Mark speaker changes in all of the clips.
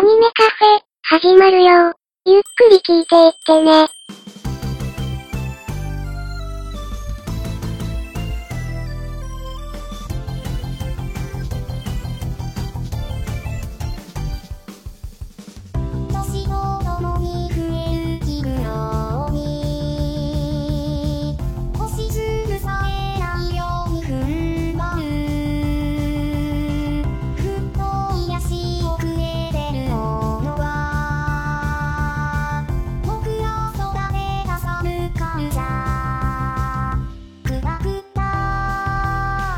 Speaker 1: カフェ、始まるよ。ゆっくり聞いていってね。
Speaker 2: 年とともに増える気苦労に星しずさえないように踏ん張るふっと癒し遅れてるものは僕ら育てた寒感謝くたくた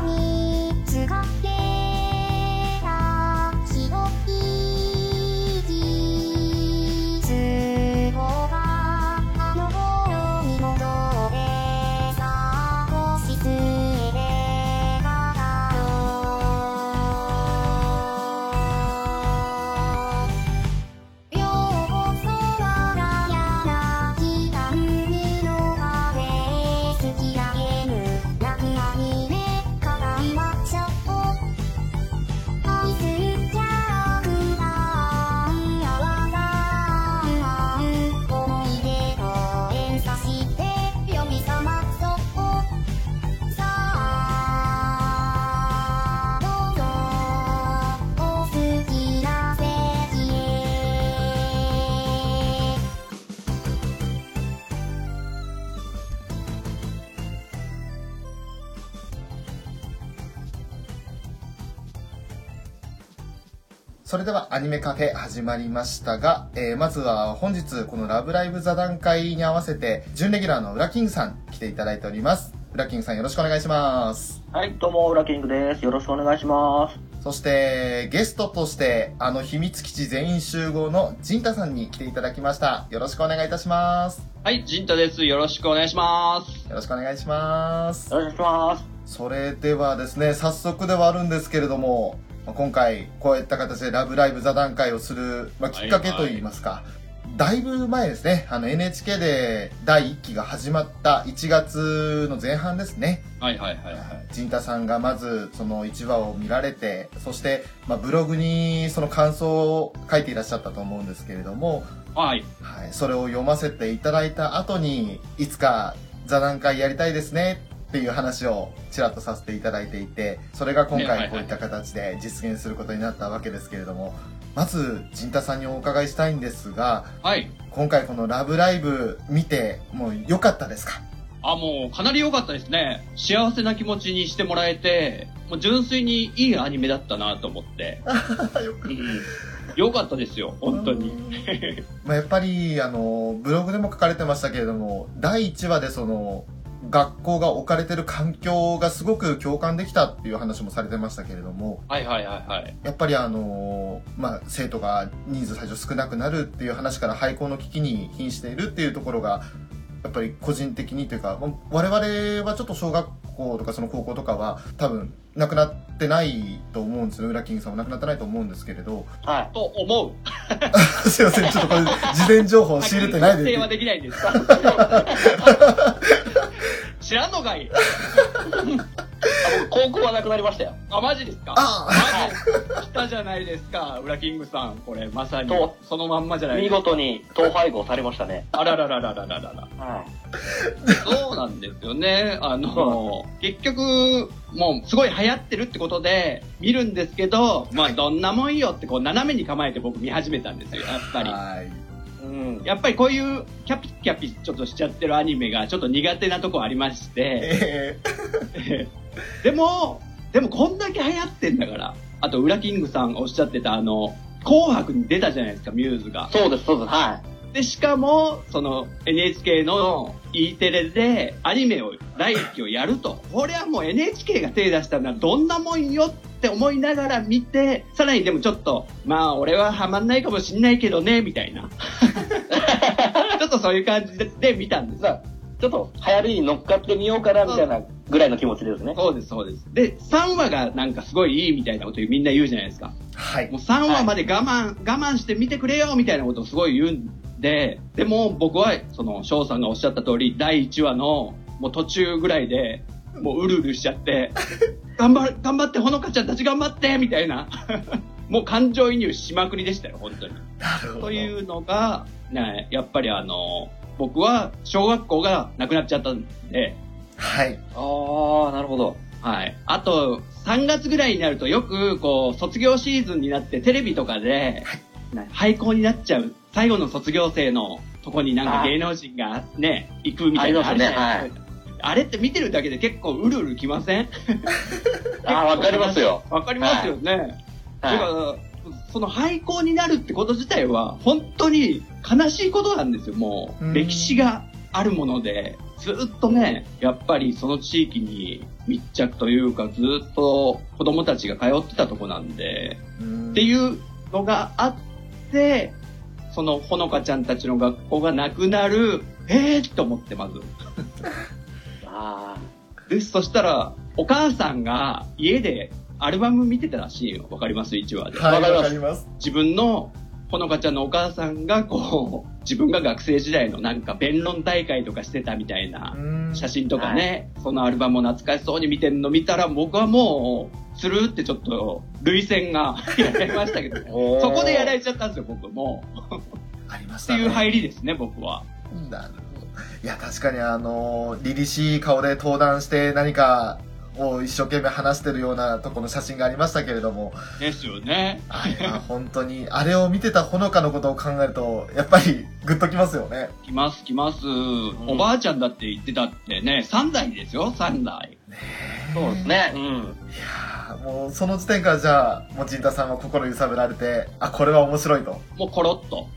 Speaker 2: に使ってたひといつもがあの頃に戻ってさあしつえてただろう両方そわらやな北海の風好きなゲーム楽アニメ課題はちょっと愛するキャラクターやわらない思い出と連鎖して呼び覚まそこさあどうぞお好きな席へ
Speaker 3: それではアニメカフェ始まりましたが、えーまずは本日この「ラブライブ座談会」に合わせて準レギュラーのウラキングさん来ていただいておりますウラキングさんよろしくお願いします
Speaker 4: はい、どうも、ウラキングです。よろしくお願いします。
Speaker 3: そしてゲストとしてあの秘密基地全員集合のジンタさんに来ていただきましたよろしくお願いいたします
Speaker 5: はい、ジンタです。よろしくお願いします。
Speaker 3: よろしくお願いします
Speaker 4: よろしくお願いします。
Speaker 3: それではですね早速ではあるんですけれどもまあ今回こういった形で「ラブライブ座談会」をする、まあ、きっかけといいますか、だいぶ前ですねあの NHK で第1期が始まった1月の前半ですね
Speaker 5: はいはいはいはい。
Speaker 3: 陣太さんがまずその1話を見られてそして、まあ、ブログにその感想を書いていらっしゃったと思うんですけれども、
Speaker 5: はい。
Speaker 3: はい、それを読ませていただいた後にいつか座談会やりたいですねっていう話をちらっとさせていただいていてそれが今
Speaker 5: はいはいは
Speaker 3: 回
Speaker 5: い
Speaker 3: こういった形で実現することになったわけですけれどもまず陣太さんにお伺いしたいんですが
Speaker 5: はい。
Speaker 3: 今回この「ラブライブ!」見てもう良かったですか
Speaker 5: あ、もう、かなり良かったですね。幸せな気持ちにしてもらえて、もう純粋にいいアニメだったなと思って。
Speaker 3: よく
Speaker 5: うん良かったですよ、本当に。
Speaker 3: まあやっぱりあのブログでも書かれてましたけれども第1話でその学校が置かれてる環境がすごく共感できたっていう話もされてましたけれども
Speaker 5: はいはいはいはい。
Speaker 3: やっぱりあのまあ、生徒が人数最初少なくなるっていう話から廃校の危機に瀕しているっていうところが、やっぱり個人的にというか、まあ我々はちょっと小学校とかその高校とかは多分なくなってないと思うんですよ。裏キングさんもなくなってないと思うんですけれど。
Speaker 4: はい。
Speaker 5: と思う。
Speaker 3: すいません、ちょっとこれ事前情報を仕入れてない
Speaker 5: 確定は
Speaker 3: で。
Speaker 5: できないんですか 知らんのかい
Speaker 4: あ僕、高校はなくなりましたよ。
Speaker 5: あ、マジですか
Speaker 3: あ
Speaker 5: マジ来たじゃないですか、ウラキングさん。これ、まさに
Speaker 4: と。
Speaker 5: そのまんまじゃないで
Speaker 4: 見
Speaker 5: すか。
Speaker 4: 事に、統廃合されましたね。
Speaker 5: あらららららららら。
Speaker 4: は
Speaker 5: そうなんですよね。あの、結局、もうすごい流行ってるってことで、見るんですけど、まあどんなもんよってこう斜めに構えて僕見始めたんですよ、やっぱり。
Speaker 3: はい。
Speaker 4: い。うん。
Speaker 5: やっぱりこういうキャピキャピちょっとしちゃってるアニメがちょっと苦手なとこありまして、
Speaker 3: え
Speaker 5: でも、でもこんだけ流行ってんだから、あと、ウラキングさんがおっしゃってたあの、紅白に出たじゃないですか、ミューズが。
Speaker 4: そうです、そうです。はい。
Speaker 5: で、しかも、その NHK の E テレでアニメを、第一期をやると。これはもう NHK が手出したのはどんなもんよって思いながら見て、さらにでもちょっと、まあ俺はハマんないかもしんないけどね、みたいな。 ちょっとそういう感じで見たんです。
Speaker 4: さあ、ちょっと、流行りに乗っかってみようかな、みたいなぐらいの気持ちでですね。
Speaker 5: そうです、そうです。で、3話がなんかすごいいいみたいなことみんな言うじゃないですか。
Speaker 3: ーはい。
Speaker 5: もう3話まで我慢、我慢して見てくれよみたいなことをすごい言うんで、でも僕は、その、翔さんがおっしゃった通り、第1話の、もう途中ぐらいで、もううるうるしちゃって、頑張れ、頑張って、ほのかちゃんたち頑張ってみたいな。 もう感情移入しまくりでしたよ、本当に。
Speaker 3: なるほど。
Speaker 5: というのが、ね、やっぱりあの、僕は小学校がなくなっちゃったんで、
Speaker 3: はい。
Speaker 4: ああ、なるほど。
Speaker 5: はい。あと、3月ぐらいになるとよく、こう、卒業シーズンになってテレビとかで、な廃校になっちゃう、最後の卒業生のとこになんか
Speaker 4: あー
Speaker 5: 芸能人がね、行くみたいなの
Speaker 4: ありま
Speaker 5: あ
Speaker 4: すね
Speaker 5: るじゃないですかあれって見てるだけで結構うるうるきません
Speaker 4: ああ、わかりますよ。
Speaker 5: わかりますよね。だ
Speaker 4: は
Speaker 5: から、その廃校になるってこと自体は、本当に悲しいことなんですよ、も
Speaker 3: う
Speaker 5: う。
Speaker 3: ん
Speaker 5: 歴史があるもので、ずっとね、やっぱりその地域に密着というか、ずっと子供たちが通ってたとこなんで、
Speaker 3: うん
Speaker 5: っていうのがあって、そのほのかちゃんたちの学校がなくなる、ええー、と思ってます。
Speaker 4: い。あ
Speaker 5: です。そしたら、お母さんが家でアルバム見てたらしいよ。わかります ?1 話で。
Speaker 3: はい、わ
Speaker 4: わ
Speaker 3: か
Speaker 4: か
Speaker 3: り
Speaker 4: り
Speaker 3: ます。
Speaker 5: 自分のほのかちゃんのお母さんがこう 自分が学生時代のなんか弁論大会とかしてたみたいな
Speaker 3: うん
Speaker 5: 写真とかね、そのアルバムを懐かしそうに見てるの見たら僕はもうつるってちょっと涙腺が やられましたけど
Speaker 4: あ。
Speaker 5: ね
Speaker 4: そ
Speaker 5: そこでやられちゃったんですよ僕も
Speaker 3: ありまし
Speaker 5: って
Speaker 3: た、ね。
Speaker 5: いう入りですね僕は
Speaker 3: なるほど。いや、確かにあの、凛々しい顔で登壇して何かを一生懸命話してるようなとこの写真がありましたけれども、
Speaker 5: ですよね
Speaker 3: あれは本当に、あれを見てたほのかのことを考えると、やっぱりグッときますよね。
Speaker 5: 来ます来ます、おばあちゃんだって言ってたってね3代ですよ3代
Speaker 4: そうですね。うん。
Speaker 3: いやーもうその時点からじゃあ、もちんたさんは心揺さぶられて、あ、これは面白いと。
Speaker 5: もうコロッと。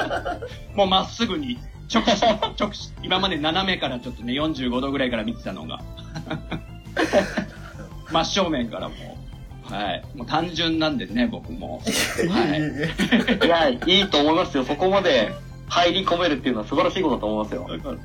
Speaker 5: もうまっすぐに、直視、直視、今まで斜めからちょっとね、45度ぐらいから見てたのが。 真正面からもう。はい。もう単純なんでね、僕も。はい。
Speaker 3: いえいえ
Speaker 4: いや、いいと思いますよ。そこまで入り込めるっていうのは素晴らしいことだと思いますよ。
Speaker 5: だから、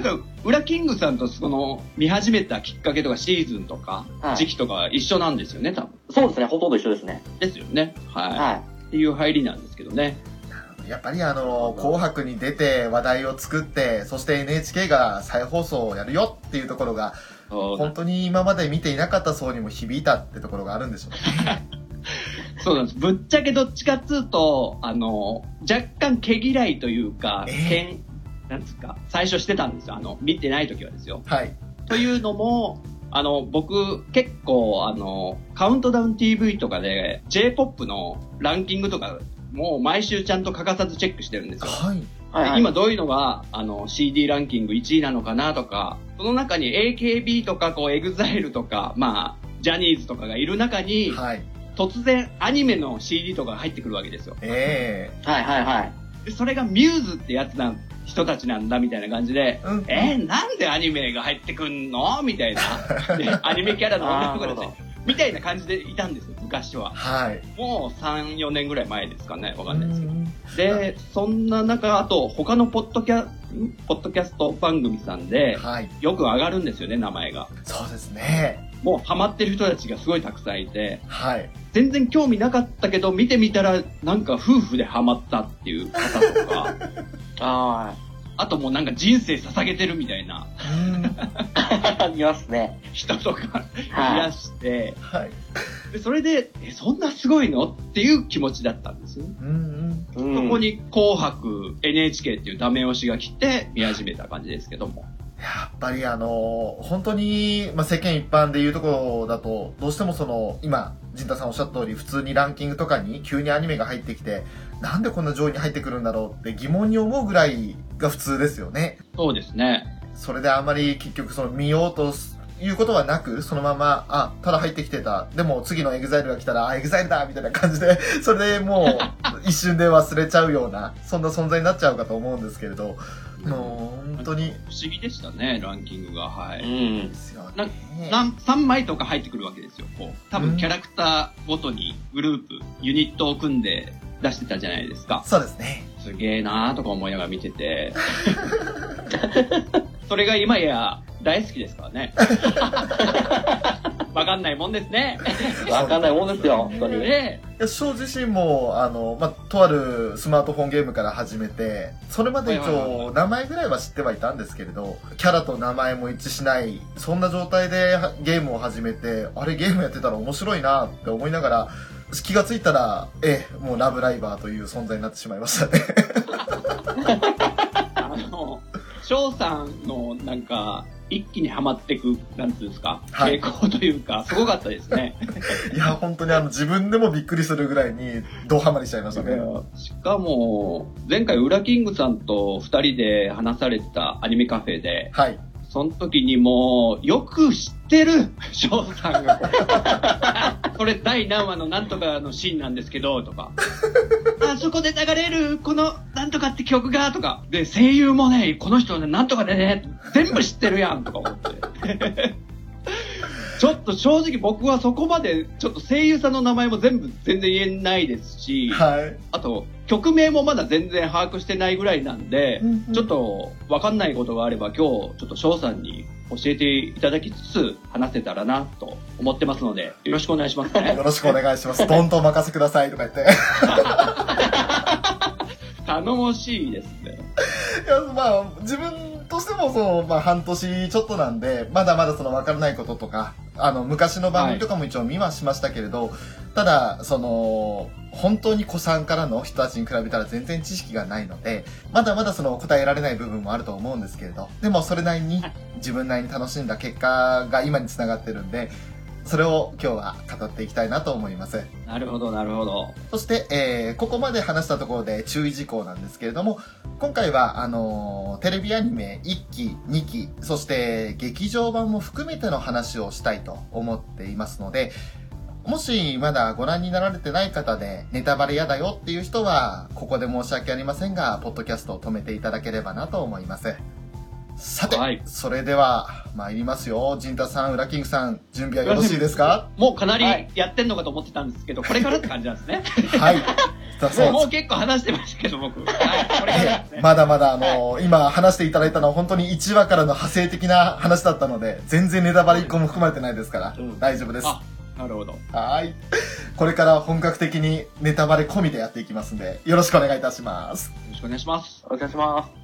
Speaker 5: だから、ウラキングさんとその、見始めたきっかけとかシーズンとか、
Speaker 4: はい
Speaker 5: 時期とかは一緒なんですよね、多分。
Speaker 4: そうですね。ほとんど一緒ですね。
Speaker 5: ですよね。はい。
Speaker 4: は
Speaker 5: っていう入りなんですけどね。
Speaker 3: やっぱりあの「紅白」に出て話題を作ってそして NHK が再放送をやるよっていうところが
Speaker 5: そう
Speaker 3: 本当に今まで見ていなかった層にも響いたってところがあるんでしょうね。
Speaker 5: そうなんです。ぶっちゃけどっちかっつうと、あの、若干毛嫌いというか、
Speaker 3: えー
Speaker 5: けん、なんつうか、最初してたんですよ。あの、見てない時はですよ。
Speaker 3: はい、
Speaker 5: というのも、あの、僕、結構、あの、カウントダウン TV とかで、J-POP のランキングとか、もう毎週ちゃんと欠かさずチェックしてるんですよ。
Speaker 3: はい、
Speaker 4: い。はい、
Speaker 5: で今、どういうのが、あの、CD ランキング1位なのかなとか、その中に AKB とか、こう、EXILE とか、まあ、ジャニーズとかがいる中に、
Speaker 3: はい、
Speaker 5: 突然アニメの CD とかが入ってくるわけですよ。
Speaker 3: え
Speaker 4: はいはいはい。
Speaker 5: でそれがミューズってやつなん、人たちなんだみたいな感じで
Speaker 3: え、うん、
Speaker 5: えー、なんでアニメが入ってくんのみたい な、ねアニメキャラの女
Speaker 4: あ
Speaker 5: の
Speaker 4: ーなる
Speaker 5: 子
Speaker 4: ほ
Speaker 5: た
Speaker 4: ど
Speaker 5: ち、みたいな感じでいたんですよ、昔は。
Speaker 3: はい、
Speaker 5: もう3、4年ぐらい前ですかね、わかんないですけど。
Speaker 3: うん
Speaker 5: で、そんな中、あと、他のポッドキャ、んポッドキャスト番組さんで、
Speaker 3: はい、
Speaker 5: よく上がるんですよね、名前が。
Speaker 3: そうですね。
Speaker 5: もうハマってる人たちがすごいたくさんいて、
Speaker 3: はい、
Speaker 5: 全然興味なかったけど、見てみたら、なんか夫婦でハマったっていう方とか、
Speaker 4: あ
Speaker 5: あともうなんか人生捧げてるみたいな
Speaker 3: うん、
Speaker 4: あ。 いますね。
Speaker 5: 人とかい
Speaker 4: は
Speaker 5: ら
Speaker 4: い。
Speaker 5: して、
Speaker 3: はい、
Speaker 5: でそれで、え、そんなすごいのっていう気持ちだったんですよ。
Speaker 3: うん、うん、
Speaker 4: そ
Speaker 5: そこ。に紅白 NHK っていうダメ押しが来て見始めた感じですけども。
Speaker 3: やっぱりあの本当に、まあ、世間一般でいうところだとどうしてもその今陣太さんおっしゃった通り普通にランキングとかに急にアニメが入ってきてなんでこんな上位に入ってくるんだろうって疑問に思うぐらいが普通ですよね
Speaker 5: そうですね。
Speaker 3: それであんまり結局その見ようということはなくそのままあただ入ってきてたでも次のエグザイルが来たらあエグザイルだみたいな感じで それでもう一瞬で忘れちゃうようなそんな存在になっちゃうかと思うんですけれどもう本当に
Speaker 5: 不思議でしたね、ランキングが。は
Speaker 4: う
Speaker 5: い。
Speaker 4: ん
Speaker 3: で。すよね
Speaker 5: な三3枚とか入ってくるわけですよ。こう。多分キャラクターごとにグループ、ユニットを組んで出してたじゃないですか。
Speaker 3: そうですね。
Speaker 5: すげえなーとか思いながら見 てて。それが今や大好きですか らね。わかんないもんですね。
Speaker 4: わかんないもんですよ、本当に。
Speaker 5: ね
Speaker 3: いや翔自身もあの、まあ、とあるスマートフォンゲームから始めてそれまで一
Speaker 5: はいはいはいは
Speaker 3: 応名前ぐらいは知ってはいたんですけれどキャラと名前も一致しないそんな状態ではゲームを始めてあれゲームやってたら面白いなって思いながら気がついたら、ええ、もうラブライバーという存在になってしまいましたね。
Speaker 5: あの、翔さんのなんか、一気にはまっていく、なんていうんですか、
Speaker 3: はい
Speaker 5: 傾向というか、すごかったですね。
Speaker 3: いや、本当にあの、自分でもびっくりするぐらいに、ドハマりしちゃいましたね。
Speaker 5: しかも、前回、ウラキングさんと二人で話されてたアニメカフェで、
Speaker 3: はい。
Speaker 5: その時にもう、よく知ってる、 翔さんが。 これ第何話のなんとかのシーンなんですけど、とか。あそこで流れる、このなんとかって曲が、とか。で、声優もね、この人ね、なんとかでね、全部知ってるやん、とか思って。 ちょっと正直僕はそこまで、ちょっと声優さんの名前も全部全然言えないですし、
Speaker 3: はい。
Speaker 5: あと、曲名もまだ全然把握してないぐらいなんで、
Speaker 3: うんうん
Speaker 5: ちょっと分かんないことがあれば今日、ちょっと翔さんに教えていただきつつ話せたらなと思ってますので、よろしくお願いしますね
Speaker 3: よ。ろしくお願いします。どんとお任せくださいとか言って。
Speaker 5: 頼もしいですね。
Speaker 3: いや、まあ、自分としても、その、まあ、半年ちょっとなんで、まだまだその、わからないこととか、あの、昔の番組とかも一応見はしましたけれど、ただ、その、本当に子さんからの人たちに比べたら全然知識がないので、まだまだその、答えられない部分もあると思うんですけれど、でも、それなりに、自分なりに楽しんだ結果が今につながってるんで、それを今日は語っていきたいなと思います。
Speaker 5: なるほど、なるほど。
Speaker 3: そして、えーここまで話したところで注意事項なんですけれども、今回は、あのーテレビアニメ1期、2期、そして劇場版も含めての話をしたいと思っていますので、もしまだご覧になられてない方で、ネタバレ嫌だよっていう人は、ここで申し訳ありませんが、ポッドキャストを止めていただければなと思います。さて、
Speaker 5: はい
Speaker 3: それでは、参りますよ。陣太さん、裏キングさん、準備はよろしいですか
Speaker 5: もうかなり
Speaker 4: はい
Speaker 5: やってんのかと思ってたんですけど、これからって感じなんですね。
Speaker 3: はい。だ そうです
Speaker 5: もうもう結構話してましたけ ど、僕。はい、これからです
Speaker 3: え
Speaker 5: ね。
Speaker 3: まだまだあの、今話していただいたのは本当に1話からの派生的な話だったので、全然ネタバレ1個も含まれてないですから、
Speaker 5: うん
Speaker 3: 大丈夫です。
Speaker 5: あ、なるほど。
Speaker 3: はい。これから本格的にネタバレ込みでやっていきますんで、よろしくお願いいたします。
Speaker 5: よろしくお願いします。
Speaker 4: お願いします。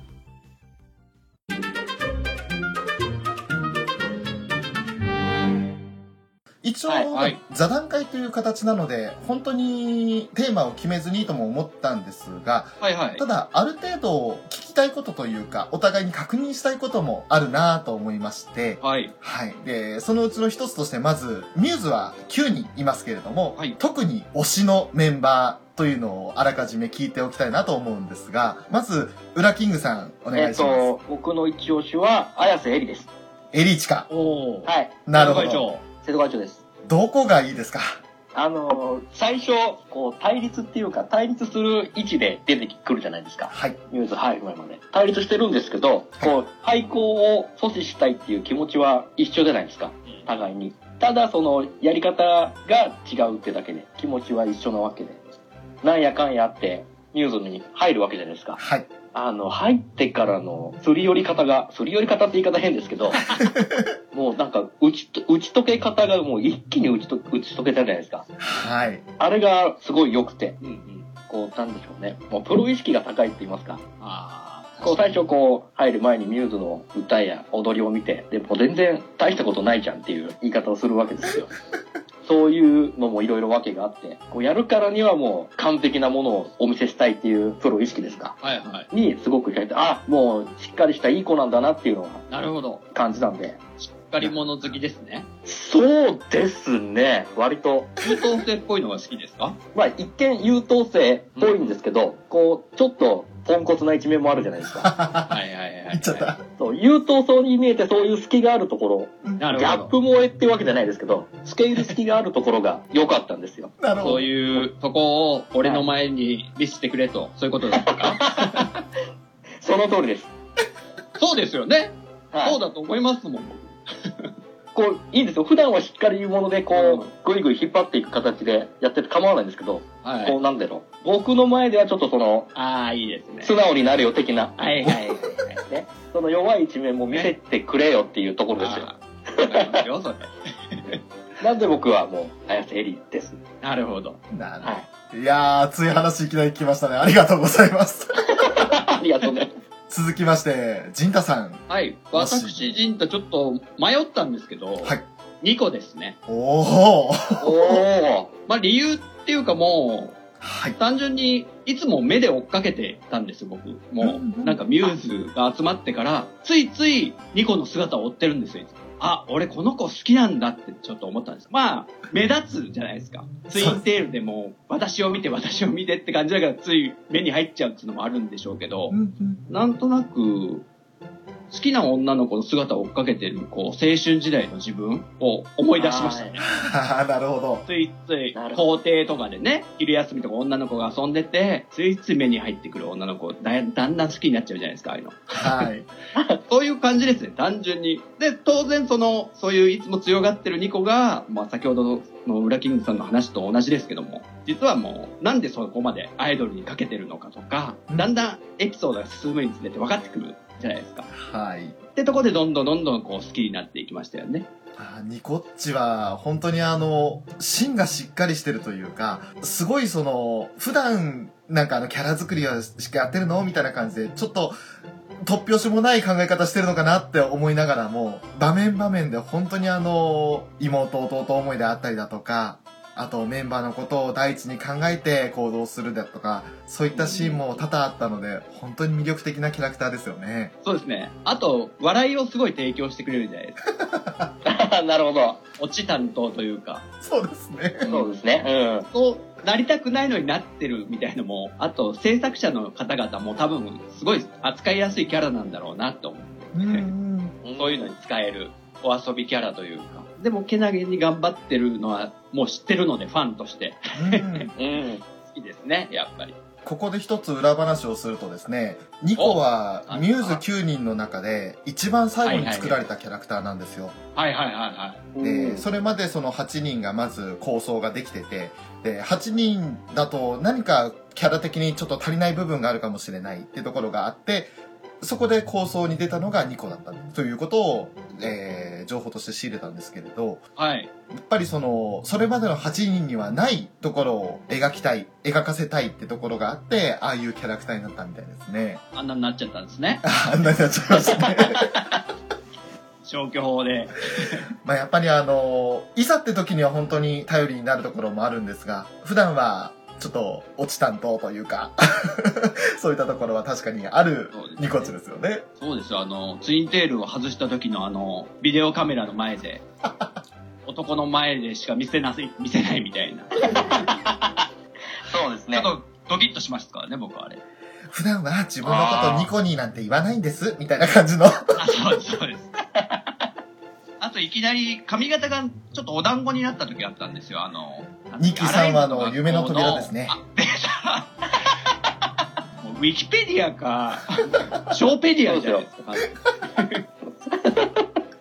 Speaker 3: 一応、
Speaker 5: はいはい
Speaker 3: 座談会という形なので、本当にテーマを決めずにとも思ったんですが、
Speaker 5: はいはい
Speaker 3: た。だ、ある程度聞きたいことというか、お互いに確認したいこともあるなぁと思いまして、
Speaker 5: はい。
Speaker 3: はい。で、そのうちの一つとして、まず、ミューズは9人いますけれども、
Speaker 5: はい
Speaker 3: 特に推しのメンバーというのをあらかじめ聞いておきたいなと思うんですが、まず、ウラキングさん、お願
Speaker 4: え
Speaker 3: い
Speaker 4: っ
Speaker 3: します。
Speaker 4: と、僕の一押しは、綾瀬えりです。
Speaker 3: エリーチか。
Speaker 5: おー。
Speaker 4: はい。
Speaker 3: なるほ
Speaker 5: 会
Speaker 3: ど。
Speaker 5: 長。
Speaker 4: 瀬戸会長です。
Speaker 3: どこがいいですか
Speaker 4: あのー最初、こう、対立っていうか、対立する位置で出てくるじゃないですか。
Speaker 3: はい。
Speaker 4: ニュース入る前まで。対立してるんですけど、こう、廃校を阻止したいっていう気持ちは一緒じゃないですか。互いに。ただ、その、やり方が違うってだけで、気持ちは一緒なわけで。なんやかんやあって、ニュースに入るわけじゃないですか。
Speaker 3: はい。
Speaker 4: あの、入ってからの、すり寄り方が、すり寄り方って言い方変です けど、もうなんか、打ちと、打ち解け方がもう一気に打ちと、打ち解けたじゃないですか。
Speaker 3: はい。
Speaker 4: あれがすごい良くて、
Speaker 5: うんうん。
Speaker 4: こう、なんでしょうね。もうプロ意識が高いって言いますか。
Speaker 5: あー。
Speaker 4: こう最初こう入る前にミューズの歌や踊りを見て、でもう全然大したことないじゃんっていう言い方をするわけで すよ。そういうのもいろいろ訳があって、こうやるからにはもう完璧なものをお見せしたいっていうプロ意識ですか。
Speaker 5: はいはい。
Speaker 4: にすごく惹かれて、あ、もうしっかりしたいい子なんだなっていうのが
Speaker 5: なるほど。
Speaker 4: 感じたんで。
Speaker 5: しっかり物好きですね。
Speaker 4: そうですね、割と。
Speaker 5: 優等生っぽいのが好きで すか
Speaker 4: まあ一見優等生っぽいんですけど、こうちょっとポンコツな一面もあるじゃないです か。
Speaker 5: はいはいはいはい。
Speaker 3: いっちゃった。
Speaker 4: そう優等そうに見えてそういう隙があるところ
Speaker 5: なる
Speaker 4: ギャッ
Speaker 5: ほど。
Speaker 4: プ萌えってわけじゃないですけど、スケール隙があるところが良かったんですよ。
Speaker 3: なるほ
Speaker 5: そ
Speaker 3: ど
Speaker 5: う。いうとこを俺の前に見せてくれと、そういうことです か
Speaker 4: その通りです。
Speaker 5: そうですよね。
Speaker 4: はい、
Speaker 5: そうだと思いますもん。
Speaker 4: こう、いいですよ。普段はしっかり言うもので、
Speaker 5: うん
Speaker 4: こう、ぐいぐい引っ張っていく形でやってて構わないんですけど、
Speaker 5: は
Speaker 4: こ
Speaker 5: い。
Speaker 4: う、なんだろう。僕の前ではちょっとその、
Speaker 5: ああ、いいですね。
Speaker 4: 素直になれよ的な、
Speaker 5: はいはい。
Speaker 4: ね。その弱い一面も見せてくれよっていうところですよ。
Speaker 5: あーわかりますよそれ
Speaker 4: なんで僕はもう、綾瀬エリです。
Speaker 5: なるほど。
Speaker 3: なるほ
Speaker 4: は
Speaker 3: ど。
Speaker 4: い。
Speaker 3: いやー、熱い話いきなり聞きましたね。ありがとうございます。
Speaker 4: ありがとうね。
Speaker 3: 続きまして、ジンタさん。
Speaker 5: はい。
Speaker 3: もし
Speaker 5: 私、陣太ちょっと迷ったんですけど、
Speaker 3: はい
Speaker 5: 2個ですね。
Speaker 3: おー。
Speaker 4: おー。
Speaker 5: まあ理由ってっていうかもう、
Speaker 3: はい。
Speaker 5: 単純にいつも目で追っかけてたんですよ、僕。もう、なんかミューズが集まってから、ついついニコの姿を追ってるんですよ。いつもあ、俺この子好きなんだってちょっと思ったんです。まあ、目立つじゃないですか。ツインテールでも、私を見て私を見てって感じだから、つい目に入っちゃうっていうのもあるんでしょうけど
Speaker 3: う、んうん
Speaker 5: なんとなく、好きな女の子の姿を追っかけてる、こう、青春時代の自分を思い出しましたね。
Speaker 3: ああ、なるほど。
Speaker 5: ついつい
Speaker 4: なる
Speaker 5: 校庭とかでね昼休みとか女の子が遊んでてついつい目に入ってくる女の子だだんだん好きになっちゃうじゃないですかああいうの
Speaker 3: はい。
Speaker 5: そういう感じですね単純にで当然そのそういういつも強がってる2個が、まあ、先ほどの裏キングさんの話と同じですけども実はもうなんでそこまでアイドルにかけてるのかとかだんだんエピソードが進むにつれて分かってくるじゃないですか
Speaker 3: はい。
Speaker 5: ってとこでどんどんどんどんこう好きになっていきましたよね
Speaker 3: あーニコッチは本当にあの芯がしっかりしてるというかすごいその普段なんかあのキャラ作りはしっかりやってるのみたいな感じでちょっと突拍子もない考え方してるのかなって思いながらも場面場面で本当にあの妹弟思いであったりだとかあとメンバーのことを第一に考えて行動するだとかそういったシーンも多々あったので本当に魅力的なキャラクターですよね
Speaker 5: そうですねあと笑いをすごい提供してくれるじゃないですか
Speaker 4: なるほど。
Speaker 5: 落ち担当というか、
Speaker 3: そうですね
Speaker 4: そうですね。うん。
Speaker 5: そうなりたくないのになってるみたいのも、あと制作者の方々も多分すごい扱いやすいキャラなんだろうなと思う。
Speaker 3: うんうん
Speaker 5: そういうのに使えるお遊びキャラというか。でも、けなげに頑張ってるのはもう知ってるので、ファンとして
Speaker 3: うん
Speaker 4: うん。
Speaker 5: 好きですね、やっぱり。
Speaker 3: ここで一つ裏話をするとですね、ニコは
Speaker 5: お
Speaker 3: ミューズ9人の中で一番最後に作られたキャラクターなんですよ。
Speaker 5: はいはいはいはい。
Speaker 4: うん
Speaker 3: で、それまでその8人がまず構想ができてて、で、8人だと何かキャラ的にちょっと足りない部分があるかもしれないってところがあって、そこで構想に出たのがニコだったということを、えー情報として仕入れたんですけれど、
Speaker 5: はい。
Speaker 3: やっぱりその、それまでの8人にはないところを描きたい、描かせたいってところがあって、ああいうキャラクターになったみたいですね。
Speaker 5: あんなになっちゃったんですね。
Speaker 3: あんなになっちゃいましたね。
Speaker 5: 消去法で。
Speaker 3: まあやっぱりあの、いざって時には本当に頼りになるところもあるんですが、普段はちょっと落ち担当というか、 そういったところは確かにある
Speaker 5: そうです
Speaker 3: ニ
Speaker 5: ね
Speaker 3: コッチですよね。
Speaker 5: そうですよ、あの、ツインテールを外した時のあの、ビデオカメラの前で、男の前でしか見せなせ、見せないみたいな。
Speaker 4: そうです
Speaker 5: ちょ
Speaker 4: ね
Speaker 5: っ。とドキッとしましたからね、僕はあれ。
Speaker 3: 普段は自分のことニコニーなんて言わないんです、みたいな感じの。
Speaker 5: あ、そうです、そうです。 あと、いきなり髪型がちょっとお団子になった時あったんですよ、あの、
Speaker 3: ニキさんはあの
Speaker 5: アライズ
Speaker 3: 夢の
Speaker 5: 学校
Speaker 3: 扉ですね。
Speaker 5: あ出たもうウィキペディアか、ショーペディアじゃないです か。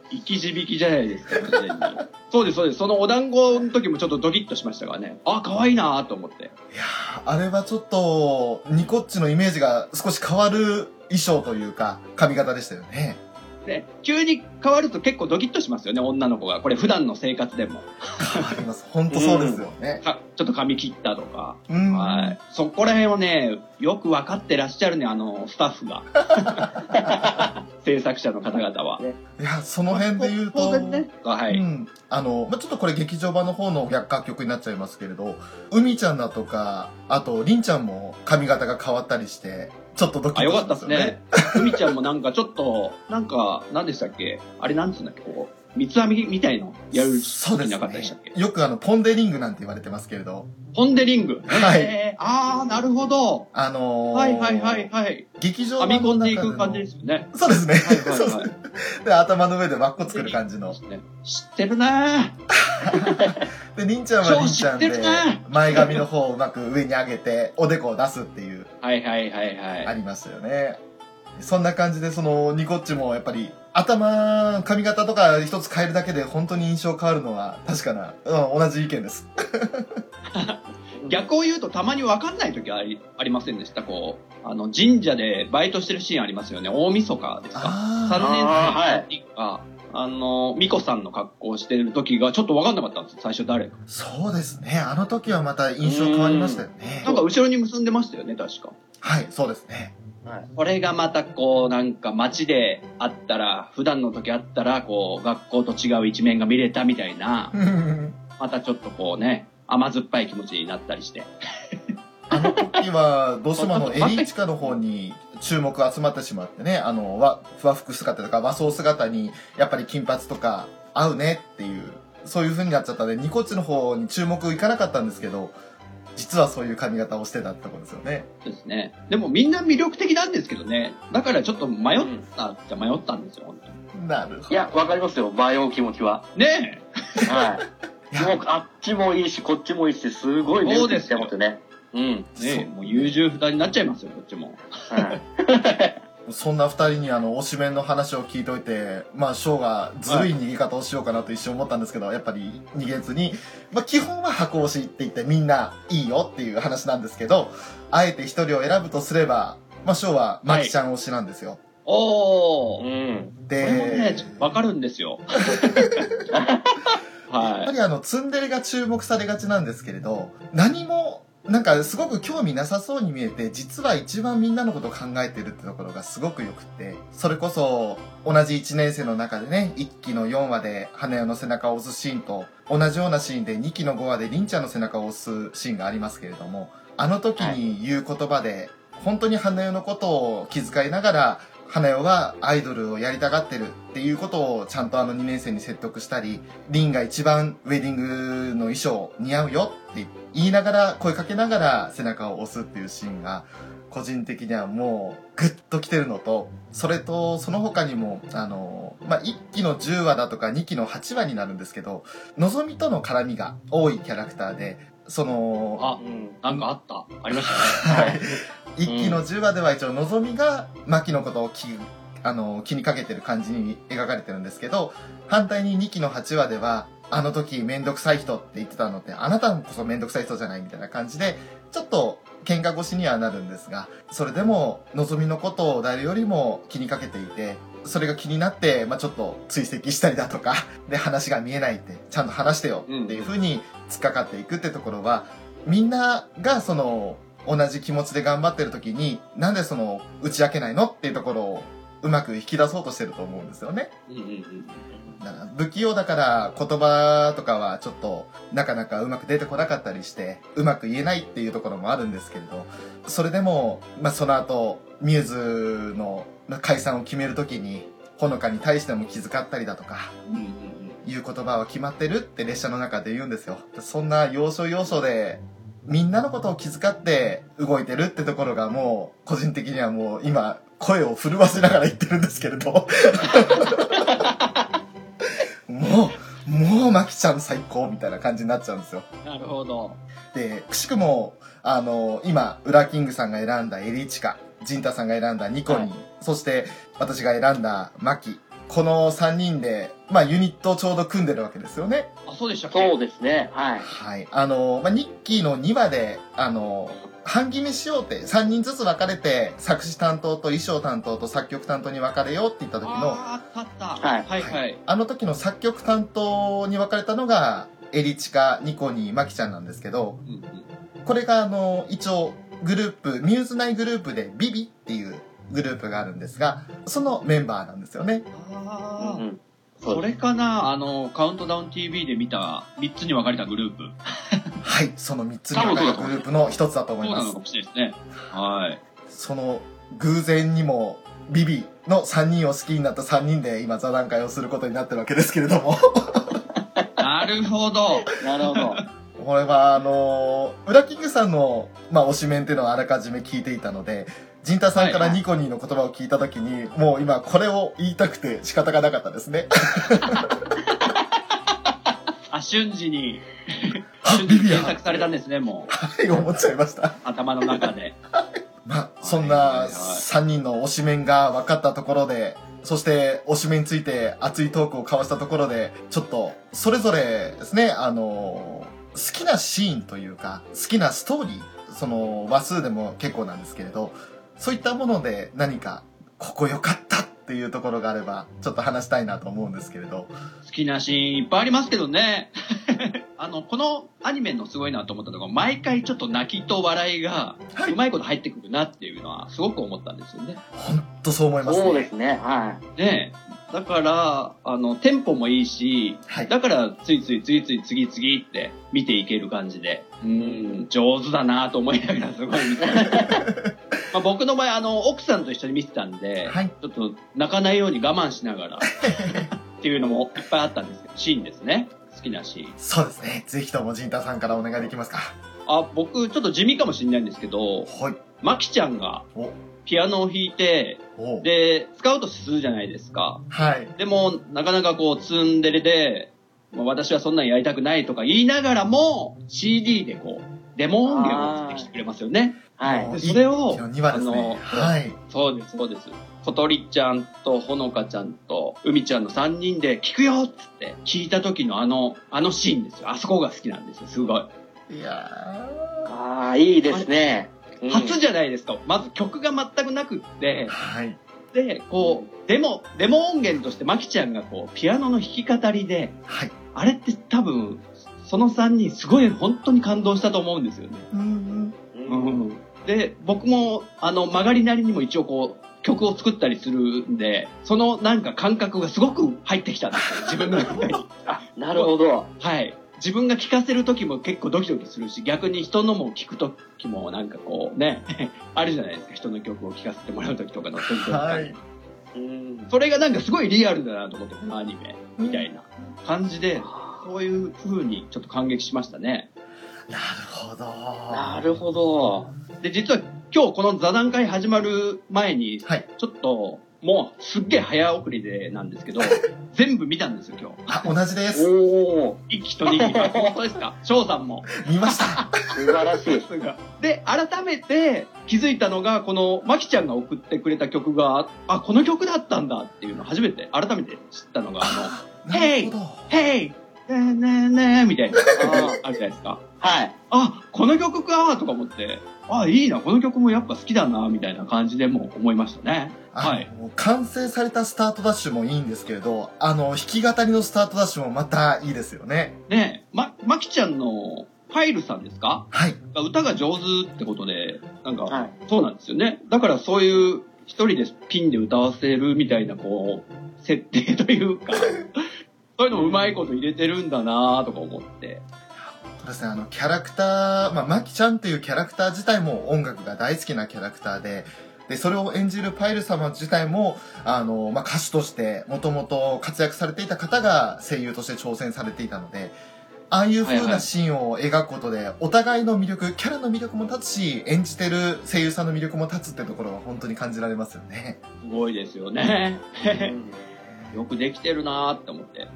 Speaker 5: 生き字引きじゃないですか、完全に。そうです、そうです。そのお団子の時もちょっとドキッとしましたからね。あ、可愛いなと思って。
Speaker 3: いやーあれはちょっと、ニコッチのイメージが少し変わる衣装というか、髪型でしたよね。
Speaker 5: で、急に変わると結構ドキッとしますよね、女の子が。これ普段の生活でも。
Speaker 3: 変わり ます。本当そうですよね。
Speaker 5: かちょっと髪切ったとか。
Speaker 3: うん。
Speaker 5: はい。そこら辺をね、よく分かってらっしゃるね、あの、スタッフが。制作者の方々は。
Speaker 3: いや、その辺で言うと、
Speaker 5: 当然ね。は
Speaker 3: う
Speaker 5: い。
Speaker 3: ん。あの、まあ、ちょっとこれ劇場版の方の逆楽曲になっちゃいますけれど、海ちゃんだとか、あと、りんちゃんも髪型が変わったりして、ちょっとドキ
Speaker 5: あ、
Speaker 3: ッ
Speaker 5: よ
Speaker 3: と
Speaker 5: か
Speaker 3: し
Speaker 5: った
Speaker 3: ま
Speaker 5: です
Speaker 3: よね。
Speaker 5: すね。ふみちゃんもなんかちょっと、なんか、何でしたっけあれなんつうんだっけここ。三つ編みみたいのやる
Speaker 3: そうです
Speaker 5: なかったでしたっけ
Speaker 3: ね。よくあの、ポンデリングなんて言われてますけれど、
Speaker 5: ポンデリング。
Speaker 3: はい
Speaker 5: えーあー、なるほど。
Speaker 3: あのー
Speaker 5: はいはいはいはい。
Speaker 3: 劇場版
Speaker 5: 編み
Speaker 3: の
Speaker 5: 込ん
Speaker 3: 中
Speaker 5: で
Speaker 3: で
Speaker 5: いく感じ
Speaker 3: の
Speaker 5: ですよね。
Speaker 3: そうですね。
Speaker 5: はいはい
Speaker 3: そうです
Speaker 5: は
Speaker 3: ね
Speaker 5: い。
Speaker 3: で、頭の上で輪っこ作る感じの
Speaker 5: 知。ってるね。
Speaker 3: で、りんちゃんはりんちゃんで
Speaker 5: そう知ってるね、
Speaker 3: 前髪の方をうまく上に上げて、おでこを出すっていう、
Speaker 5: はいはいはいはい。
Speaker 3: ありましたよね。そんな感じで、その、ニコッチもやっぱり、頭、髪型とか一つ変えるだけで本当に印象変わるのは確かな、うん、同じ意見です。
Speaker 5: 逆を言うとたまに分かんない時ありありませんでしたこうあの神社でバイトしてるシーンありますよね大晦日ですか3
Speaker 3: あ
Speaker 5: 年生の
Speaker 4: あ
Speaker 5: 時かあの巫女さんの格好をしてる時がちょっと分かんなかったんですよ最初誰か
Speaker 3: あ、そうですね。あの時はまた印象変わりましたよね
Speaker 5: な。んか後ろに結んでましたよね確か
Speaker 3: はい、そうですね。
Speaker 5: これがまたこうなんか街であったら普段の時あったらこう学校と違う一面が見れたみたいな
Speaker 3: うん
Speaker 5: またちょっとこうね甘酸っぱい気持ちになったりして。
Speaker 3: あの時は、どうしてもあの、エリーチカの方に注目が集まってしまってね、あの、和、和服姿とか和装姿に、やっぱり金髪とか合うねっていう、そういう風になっちゃったんで、ニコッチの方に注目いかなかったんですけど、実はそういう髪型をしてたってことですよね。
Speaker 5: そうですね。でもみんな魅力的なんですけどね。だからちょっと迷ったっちゃ迷ったんですよ、本当に。
Speaker 3: なるほ
Speaker 4: い
Speaker 3: ど。
Speaker 4: や、わかりますよ、迷う気持ちは。
Speaker 5: ね
Speaker 4: は
Speaker 3: い
Speaker 4: い。
Speaker 3: や
Speaker 4: もう、あっちもいいし、こっちもいいし、すごい目移
Speaker 5: そう
Speaker 4: っ
Speaker 5: で
Speaker 4: て
Speaker 5: すよ
Speaker 4: ますね。うん。
Speaker 5: え。ねえ、もう優柔不断になっちゃいますよ、こっちも。
Speaker 4: はい。
Speaker 3: そんな二人にあの、推しメンの話を聞いといて、まあ、ショーがずるい逃げ方をしようかなと一瞬思ったんですけど、やっぱり逃げずに、まあ、基本は箱推しって言ってみんないいよっていう話なんですけど、あえて一人を選ぶとすれば、まあ、ショーはマキちゃん推しなんですよ。
Speaker 5: おー。こ
Speaker 4: うん。
Speaker 3: で、
Speaker 5: れもね、わかるんです よ。
Speaker 3: やっ
Speaker 5: は
Speaker 3: ぱりあの、ツンデレが注目されがちなんですけれど、何も、なんかすごく興味なさそうに見えて、実は一番みんなのことを考えてるってところがすごく良くって、それこそ、同じ1年生の中でね、1期の4話で花代の背中を押すシーンと、同じようなシーンで2期の5話で凛ちゃんの背中を押すシーンがありますけれども、あの時に言う言葉で、本当に花代のことを気遣いながら、花代はアイドルをやりたがってるっていうことをちゃんとあの2年生に説得したり、リンが一番ウェディングの衣装似合うよって言いながら、声かけながら背中を押すっていうシーンが、個人的にはもうグッと来てるのと、それとその他にも、あの、まあ、1期の10話だとか2期の8話になるんですけど、のぞみとの絡みが多いキャラクターで、その、
Speaker 5: あ
Speaker 4: うん
Speaker 5: い。なんかあったありましたね。
Speaker 3: はい、1期の10話では一応のぞみが牧のことを気あの気にかけてる感じに描かれてるんですけど反対に2期の8話ではあの時めんどくさい人って言ってたのってあなたこそめんどくさい人じゃないみたいな感じでちょっと喧嘩越しにはなるんですがそれでものぞみのことを誰よりも気にかけていてそれが気になって、まあ、ちょっと追跡したりだとかで話が見えないってちゃんと話してよっていうふうに突っかかっていくってところはみんながその同じ気持ちで頑張ってる時になんでその打ち明けないのっていうところをうまく引き出そうとしてると思うんですよね。
Speaker 5: うんうんうん。
Speaker 3: だから不器用だから言葉とかはちょっとなかなかうまく出てこなかったりしてうまく言えないっていうところもあるんですけれどそれでも、まあ、その後ミューズのまあ解散を決める時にほのかに対しても気遣ったりだとか
Speaker 5: うんうんうん。
Speaker 3: いう言葉は決まってるって列車の中で言うんですよそんな要所要所でみんなのことを気遣って動いてるってところがもう個人的にはもう今声を震わせながら言ってるんですけれどもうもうマキちゃん最高みたいな感じになっちゃうんですよ
Speaker 5: なるほど。
Speaker 3: でくしくもあの今ウラキングさんが選んだエリチカジンタさんが選んだニコニー、
Speaker 4: はい
Speaker 3: そして私が選んだマキこの3人で、まあ、ユニットをちょうど組んでるわけですよね
Speaker 5: あ、そうでしたっけ
Speaker 4: そうですね。はい。
Speaker 3: はい。あの、まあ、ニッキーの2話で、あの、半決めしようって、3人ずつ分かれて、作詞担当と衣装担当と作曲担当に分かれようって言った時の、
Speaker 5: あーあったあった。
Speaker 4: はい
Speaker 5: はいはい。
Speaker 3: あの時の作曲担当に分かれたのが、エリチカ、ニコニー、マキちゃんなんですけど、
Speaker 5: うんうん
Speaker 3: これがあの、一応、グループ、ミューズ内グループで、ビビっていうグループがあるんですが、そのメンバーなんですよね。
Speaker 5: あー
Speaker 4: うん。
Speaker 5: それかなあの、カウントダウン TV で見た3つに分かれたグループ。
Speaker 3: はい。その3つに分かれたグループの一つだと
Speaker 5: そ
Speaker 3: 思
Speaker 5: う
Speaker 3: い
Speaker 5: な
Speaker 3: ま
Speaker 5: の
Speaker 3: す
Speaker 5: か。もしれないですね。はい。
Speaker 3: その偶然にもビビの3人を好きになった3人で今座談会をすることになってるわけですけれども
Speaker 5: なるほど。
Speaker 4: なるほ ど。
Speaker 3: これはあのー、ウラキングさんの、まあ、推しメンっていうのをあらかじめ聞いていたので陣太さんから
Speaker 5: はいはい
Speaker 3: ニコニーの言葉を聞いた時に、もう今これを言いたくて仕方がなかったですね
Speaker 5: あ、瞬時に、
Speaker 3: あ
Speaker 5: 瞬時
Speaker 3: ビ
Speaker 5: に
Speaker 3: ビ
Speaker 5: 検
Speaker 3: や
Speaker 5: 索されたんですね、もう。
Speaker 3: はい思っちゃいました
Speaker 5: 頭の中で。
Speaker 3: まあ、そん
Speaker 5: はいはい
Speaker 3: な
Speaker 5: はい
Speaker 3: 3人の推しメンが分かったところで、そして推しメンについて熱いトークを交わしたところで、ちょっと、それぞれですね、あの、好きなシーンというか、好きなストーリー、その話数でも結構なんですけれど、そういったもので何か、ここ良かったっていうところがあれば、ちょっと話したいなと思うんですけれど、
Speaker 5: 好きなシーンいっぱいありますけどね。 あの、このアニメのすごいなと思ったのが、毎回ちょっと泣きと笑いが、
Speaker 3: はいう
Speaker 5: まいこと入ってくるなっていうのは、すごく思ったんですよね。
Speaker 3: ほんとそう思います
Speaker 4: そう
Speaker 3: ね。
Speaker 4: ですね。は
Speaker 5: ねえ。だから、あの、テンポもいいし、
Speaker 3: はい
Speaker 5: だから、ついついついつい次々って見ていける感じで、うん、上手だなと思いながらすごい 見てましたまあ僕の場合、あの、奥さんと一緒に見てたんで、
Speaker 3: はい
Speaker 5: ちょっと泣かないように我慢しながら、っていうのもいっぱいあったんですけど、シーンですね。好きなシーン。
Speaker 3: そうですね。ぜひとも、ジンタさんからお願いできますか。
Speaker 5: あ、僕、ちょっと地味かもしれないんですけど、
Speaker 3: はい。
Speaker 5: マキちゃんが
Speaker 3: お、
Speaker 5: ピアノを弾いて、
Speaker 3: おう
Speaker 5: で、使うとするじゃないですか。
Speaker 3: はい。
Speaker 5: でも、なかなかこう、ツンデレで、まあ私はそんなんやりたくないとか言いながらも、CD でこう、デモ音源を送ってきてくれますよね。
Speaker 4: はい。
Speaker 5: でそれを
Speaker 3: 一気の2話です
Speaker 5: あの
Speaker 3: ね。はい。
Speaker 5: そうです、そうです。小鳥ちゃんとほのかちゃんと海ちゃんの3人で聞くよっつって聞いた時のあの、あのシーンですよ。あそこが好きなんですよ、すごい。
Speaker 3: いや
Speaker 4: ああ、いいですね。うん
Speaker 5: 初じゃないですか。まず曲が全くなくって
Speaker 3: ー。、はい。
Speaker 5: で、こう、デモ、デモ音源としてまきちゃんがこう、ピアノの弾き語りで、
Speaker 3: はい。
Speaker 5: あれって多分、その3人すごい本当に感動したと思うんですよね。
Speaker 3: うんうん。
Speaker 4: うん
Speaker 5: で、僕も、あの、曲がりなりにも一応こう、曲を作ったりするんで、そのなんか感覚がすごく入ってきたんですよ、自分の中 に。
Speaker 4: あ、なるほど。
Speaker 5: はい。自分が聞かせる時も結構ドキドキするし、逆に人のも聞く時もなんかこうね、 あるじゃないですか、人の曲を聞かせてもらう時とかのドキドキ感
Speaker 3: はい。
Speaker 4: うん
Speaker 5: それがなんかすごいリアルだなと思って、このアニメ、みたいな感じで、そういう風にちょっと感激しましたね。
Speaker 3: なるほど。
Speaker 4: なるほど。
Speaker 5: で、実は今日この座談会始まる前に、
Speaker 3: はい
Speaker 5: ちょっと、もうすっげえ早送りでなんですけど、全部見たんですよ、今
Speaker 3: あ、同じです。
Speaker 4: おお、
Speaker 5: 日。一気と二気。あ本当ですか翔さんも。
Speaker 3: 見ました。
Speaker 4: 素晴らしい。
Speaker 5: で、改めて気づいたのが、この、まきちゃんが送ってくれた曲が、あ、この曲だったんだっていうのを初めて、改めて知ったのが、あ の、
Speaker 3: なる
Speaker 5: Hey!
Speaker 3: ほど。
Speaker 5: Hey! ねえねえねえみたいな、あるじゃないですか。
Speaker 4: はい。
Speaker 5: あ、この曲かとか思って、あ、いいな、この曲もやっぱ好きだな、みたいな感じでも思いましたね。
Speaker 3: あ
Speaker 5: はい
Speaker 3: の完成されたスタートダッシュもいいんですけれど、あの、弾き語りのスタートダッシュもまたいいですよね。
Speaker 5: ねえ、ま、まきちゃんのファイルさんですか
Speaker 3: はい。
Speaker 5: が歌が上手ってことで、なんか、
Speaker 4: はい
Speaker 5: そうなんですよね。だからそういう一人でピンで歌わせるみたいな、こう、設定という か、そういうのもうまいこと入れてるんだなとか思って。
Speaker 3: そうですね、あの、キャラクター、まあ、マキちゃんっていうキャラクター自体も音楽が大好きなキャラクターで、で、それを演じるパイル様自体も、あの、まあ、歌手として、もともと活躍されていた方が声優として挑戦されていたので、ああいう風
Speaker 5: はいは
Speaker 3: ないシーンを描くことで、お互いの魅力、キャラの魅力も立つし、演じてる声優さんの魅力も立つってところは本当に感じられますよね。
Speaker 5: すごいですよね。よくできてるなって思って。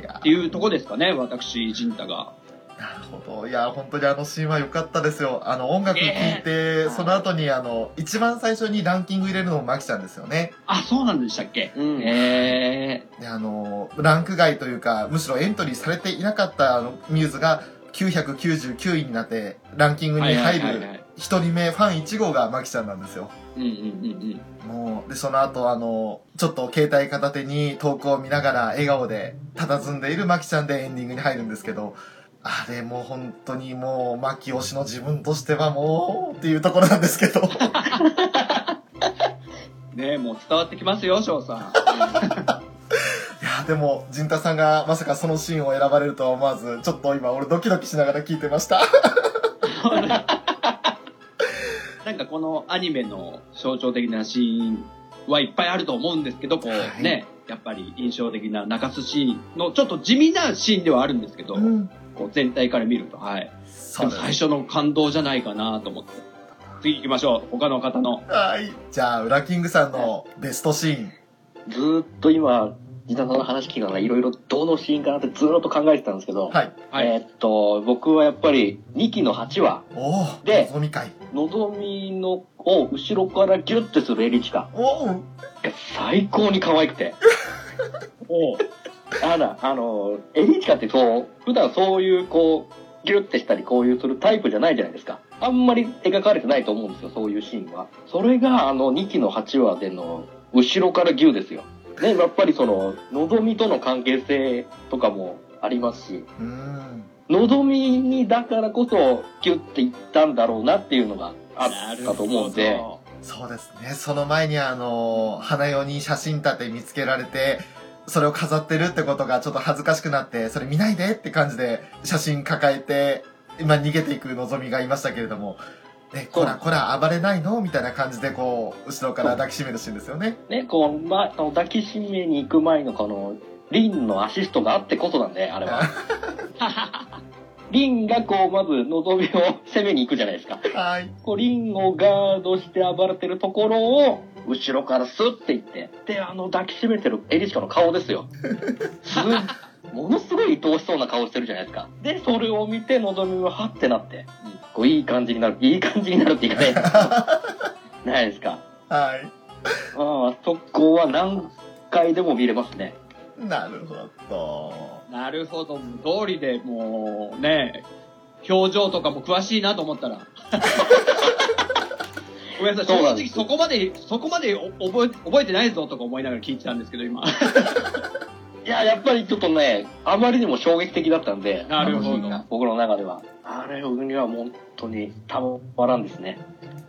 Speaker 3: いや
Speaker 5: っていうとこですかね、私、陣太が。
Speaker 3: なるほど。いや、本当にあのシーンは良かったですよ。あの、音楽聴いて、その後に、あの、一番最初にランキング入れるのもマキちゃんですよね。
Speaker 5: あ、そうなんでしたっけ
Speaker 4: うん
Speaker 5: え
Speaker 3: で、あの、ランク外というか、むしろエントリーされていなかったあのミューズが、999位になって、ランキン
Speaker 5: ー。
Speaker 3: グに入
Speaker 5: はいはいはい
Speaker 3: る
Speaker 5: はい。
Speaker 3: 一人目、ファン1号がマキちゃんなんですよ。
Speaker 5: うんうんうん
Speaker 3: もう、で、その後、あの、ちょっと携帯片手に遠くを見ながら笑顔で佇んでいるマキちゃんでエンディングに入るんですけど、あれもう本当にもう、マキ推しの自分としてはもう、っていうところなんですけど。
Speaker 5: うん。ねえ、もう伝わってきますよ、翔さん。
Speaker 3: いや、でも、陣太さんがまさかそのシーンを選ばれるとは思わず、ちょっと今俺ドキドキしながら聞いてました。
Speaker 5: なんかこのアニメの象徴的なシーンはいっぱいあると思うんですけど、こ
Speaker 3: はいう
Speaker 5: ね、やっぱり印象的な中洲シーンのちょっと地味なシーンではあるんですけど、
Speaker 3: うん。
Speaker 5: こう全体から見ると、はい。で
Speaker 3: そう
Speaker 5: も
Speaker 3: です
Speaker 5: 最初の感動じゃないかなと思って。次行きましょう、他の方の。
Speaker 3: はい。じゃあ、ウラキングさんのベストシーン。
Speaker 4: ずーっと今、ジタさんの話聞いたらいろいろどのシーンかなってずーっと考えてたんですけど、
Speaker 3: はい。
Speaker 5: はい。
Speaker 4: えーっと、僕はやっぱり2期の8話、
Speaker 3: おお。
Speaker 4: で
Speaker 3: 望み会。
Speaker 4: のぞみのを後ろからギュッて滑りした。
Speaker 3: おお。
Speaker 4: 最高に可愛くて。
Speaker 5: おう
Speaker 4: ただ、あの、エリチカってそう、普段そういうこう、ギュッてしたりこういうするタイプじゃないじゃないですか。あんまり描かれてないと思うんですよ、そういうシーンは。それがあの2期の8話での後ろから牛ですよ。ね、やっぱりその、のぞみとの関係性とかもありますし、
Speaker 3: うーん。
Speaker 4: のぞみにだからこそギュッていったんだろうなっていうのがあったと思うんで、
Speaker 5: なるほ
Speaker 3: そうですね。その前にあの、花代に写真立て見つけられて、それを飾ってるってことがちょっと恥ずかしくなって、それ見ないでって感じで写真抱えて、今逃げていくのぞみがいましたけれども、ね、こらこら暴れないのみたいな感じでこう、後ろから抱きしめるシーンですよね。
Speaker 4: ね、こう、ま、その抱きしめに行く前のこの、リンのアシストがあってこそなんで、あれは。リンがこう、まず、のぞみを攻めに行くじゃないですか。
Speaker 3: はい。
Speaker 4: こう、リンをガードして暴れてるところを、後ろからスッて行って、で、あの、抱きしめてるエリシカの顔ですよ。すごいものすごい愛おしそうな顔してるじゃないですか。で、それを見て、のぞみはハッてなって、こう、いい感じになる、いい感じになるって言い方ないですか。
Speaker 3: はい。
Speaker 4: ああ、そこは何回でも見れますね。
Speaker 3: なるほど。
Speaker 5: なるほど、通りでもうね、表情とかも詳しいなと思ったら。 ごめんなさい、
Speaker 4: そう
Speaker 5: 正
Speaker 4: なんで
Speaker 5: 直
Speaker 4: す
Speaker 5: そこまで、そこまでお覚え覚えてないぞとか思いながら聞いてたんですけど、今。
Speaker 4: いや、やっぱりちょっとね、あまりにも衝撃的だったんで、
Speaker 5: なるほど
Speaker 4: あのシーンが僕の中では。あれには本当にたまらんですね。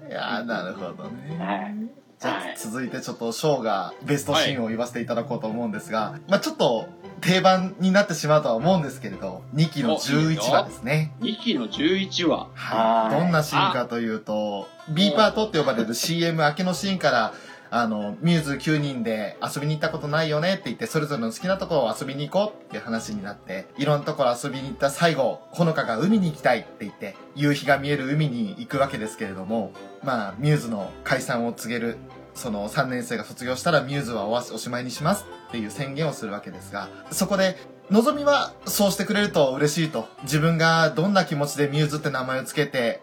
Speaker 3: いやーなるほどね。
Speaker 4: はい
Speaker 3: じゃあ
Speaker 4: はい
Speaker 3: 続いてちょっとショーがベストシーンを言わせていただこうと思うんですが、まあちょっと定番になってしまうとは思うんですけれど、2期の11話ですね。
Speaker 5: 2期の11話。
Speaker 3: はい。
Speaker 4: はい
Speaker 3: どんなシーンかというと、B パートって呼ば れる CM 明けのシーンから、あの、ミューズ9人で遊びに行ったことないよねって言って、それぞれの好きなところを遊びに行こうっていう話になって、いろんなところ遊びに行った最後、ほのかが海に行きたいって言って、夕日が見える海に行くわけですけれども、まあ、ミューズの解散を告げる、その3年生が卒業したらミューズはおわしおしまいにしますっていう宣言をするわけですが、そこでのぞみはそうしてくれると嬉しいと自分がどんな気持ちでミューズって名前をつけて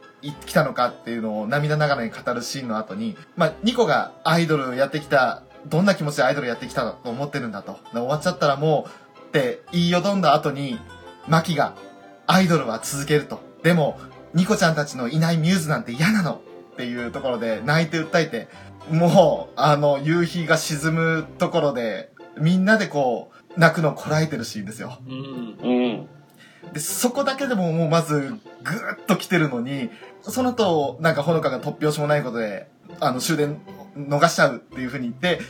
Speaker 3: きたのかっていうのを涙ながらに語るシーンの後に、まあ、ニコがアイドルをやってきたどんな気持ちでアイドルやってきたと思ってるんだと終わっちゃったらもうって言いよどんだ後にマキがアイドルは続けるとでもニコちゃんたちのいないミューズなんて嫌なのっていうところで泣いて訴えてもうあの夕日が沈むところでみんなでこう泣くのをこらえてるシーンですよ
Speaker 5: うん。
Speaker 4: うん。
Speaker 3: で、そこだけでももうまず、ぐーっと来てるのに、その後、なんかほのかが突拍子もないことで、あの、終電逃しちゃうっていう風に言って、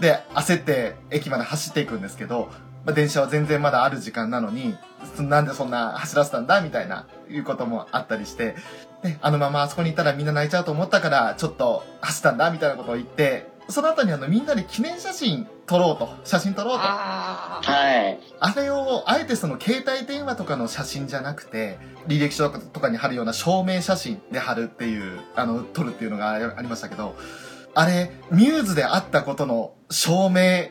Speaker 3: で、焦って駅まで走っていくんですけど、まあ、電車は全然まだある時間なのに、そなんでそんな走らせたんだみたいな、いうこともあったりして、で、あのままあそこにいたらみんな泣いちゃうと思ったから、ちょっと走ったんだみたいなことを言って、その後にあのみんなで記念写真撮ろうと、写真撮ろうと。
Speaker 5: ああ。
Speaker 4: はい。
Speaker 3: あれを、あえてその携帯電話とかの写真じゃなくて、履歴書とかに貼るような証明写真で貼るっていう、あの、撮るっていうのがありましたけど、あれ、ミューズであったことの証明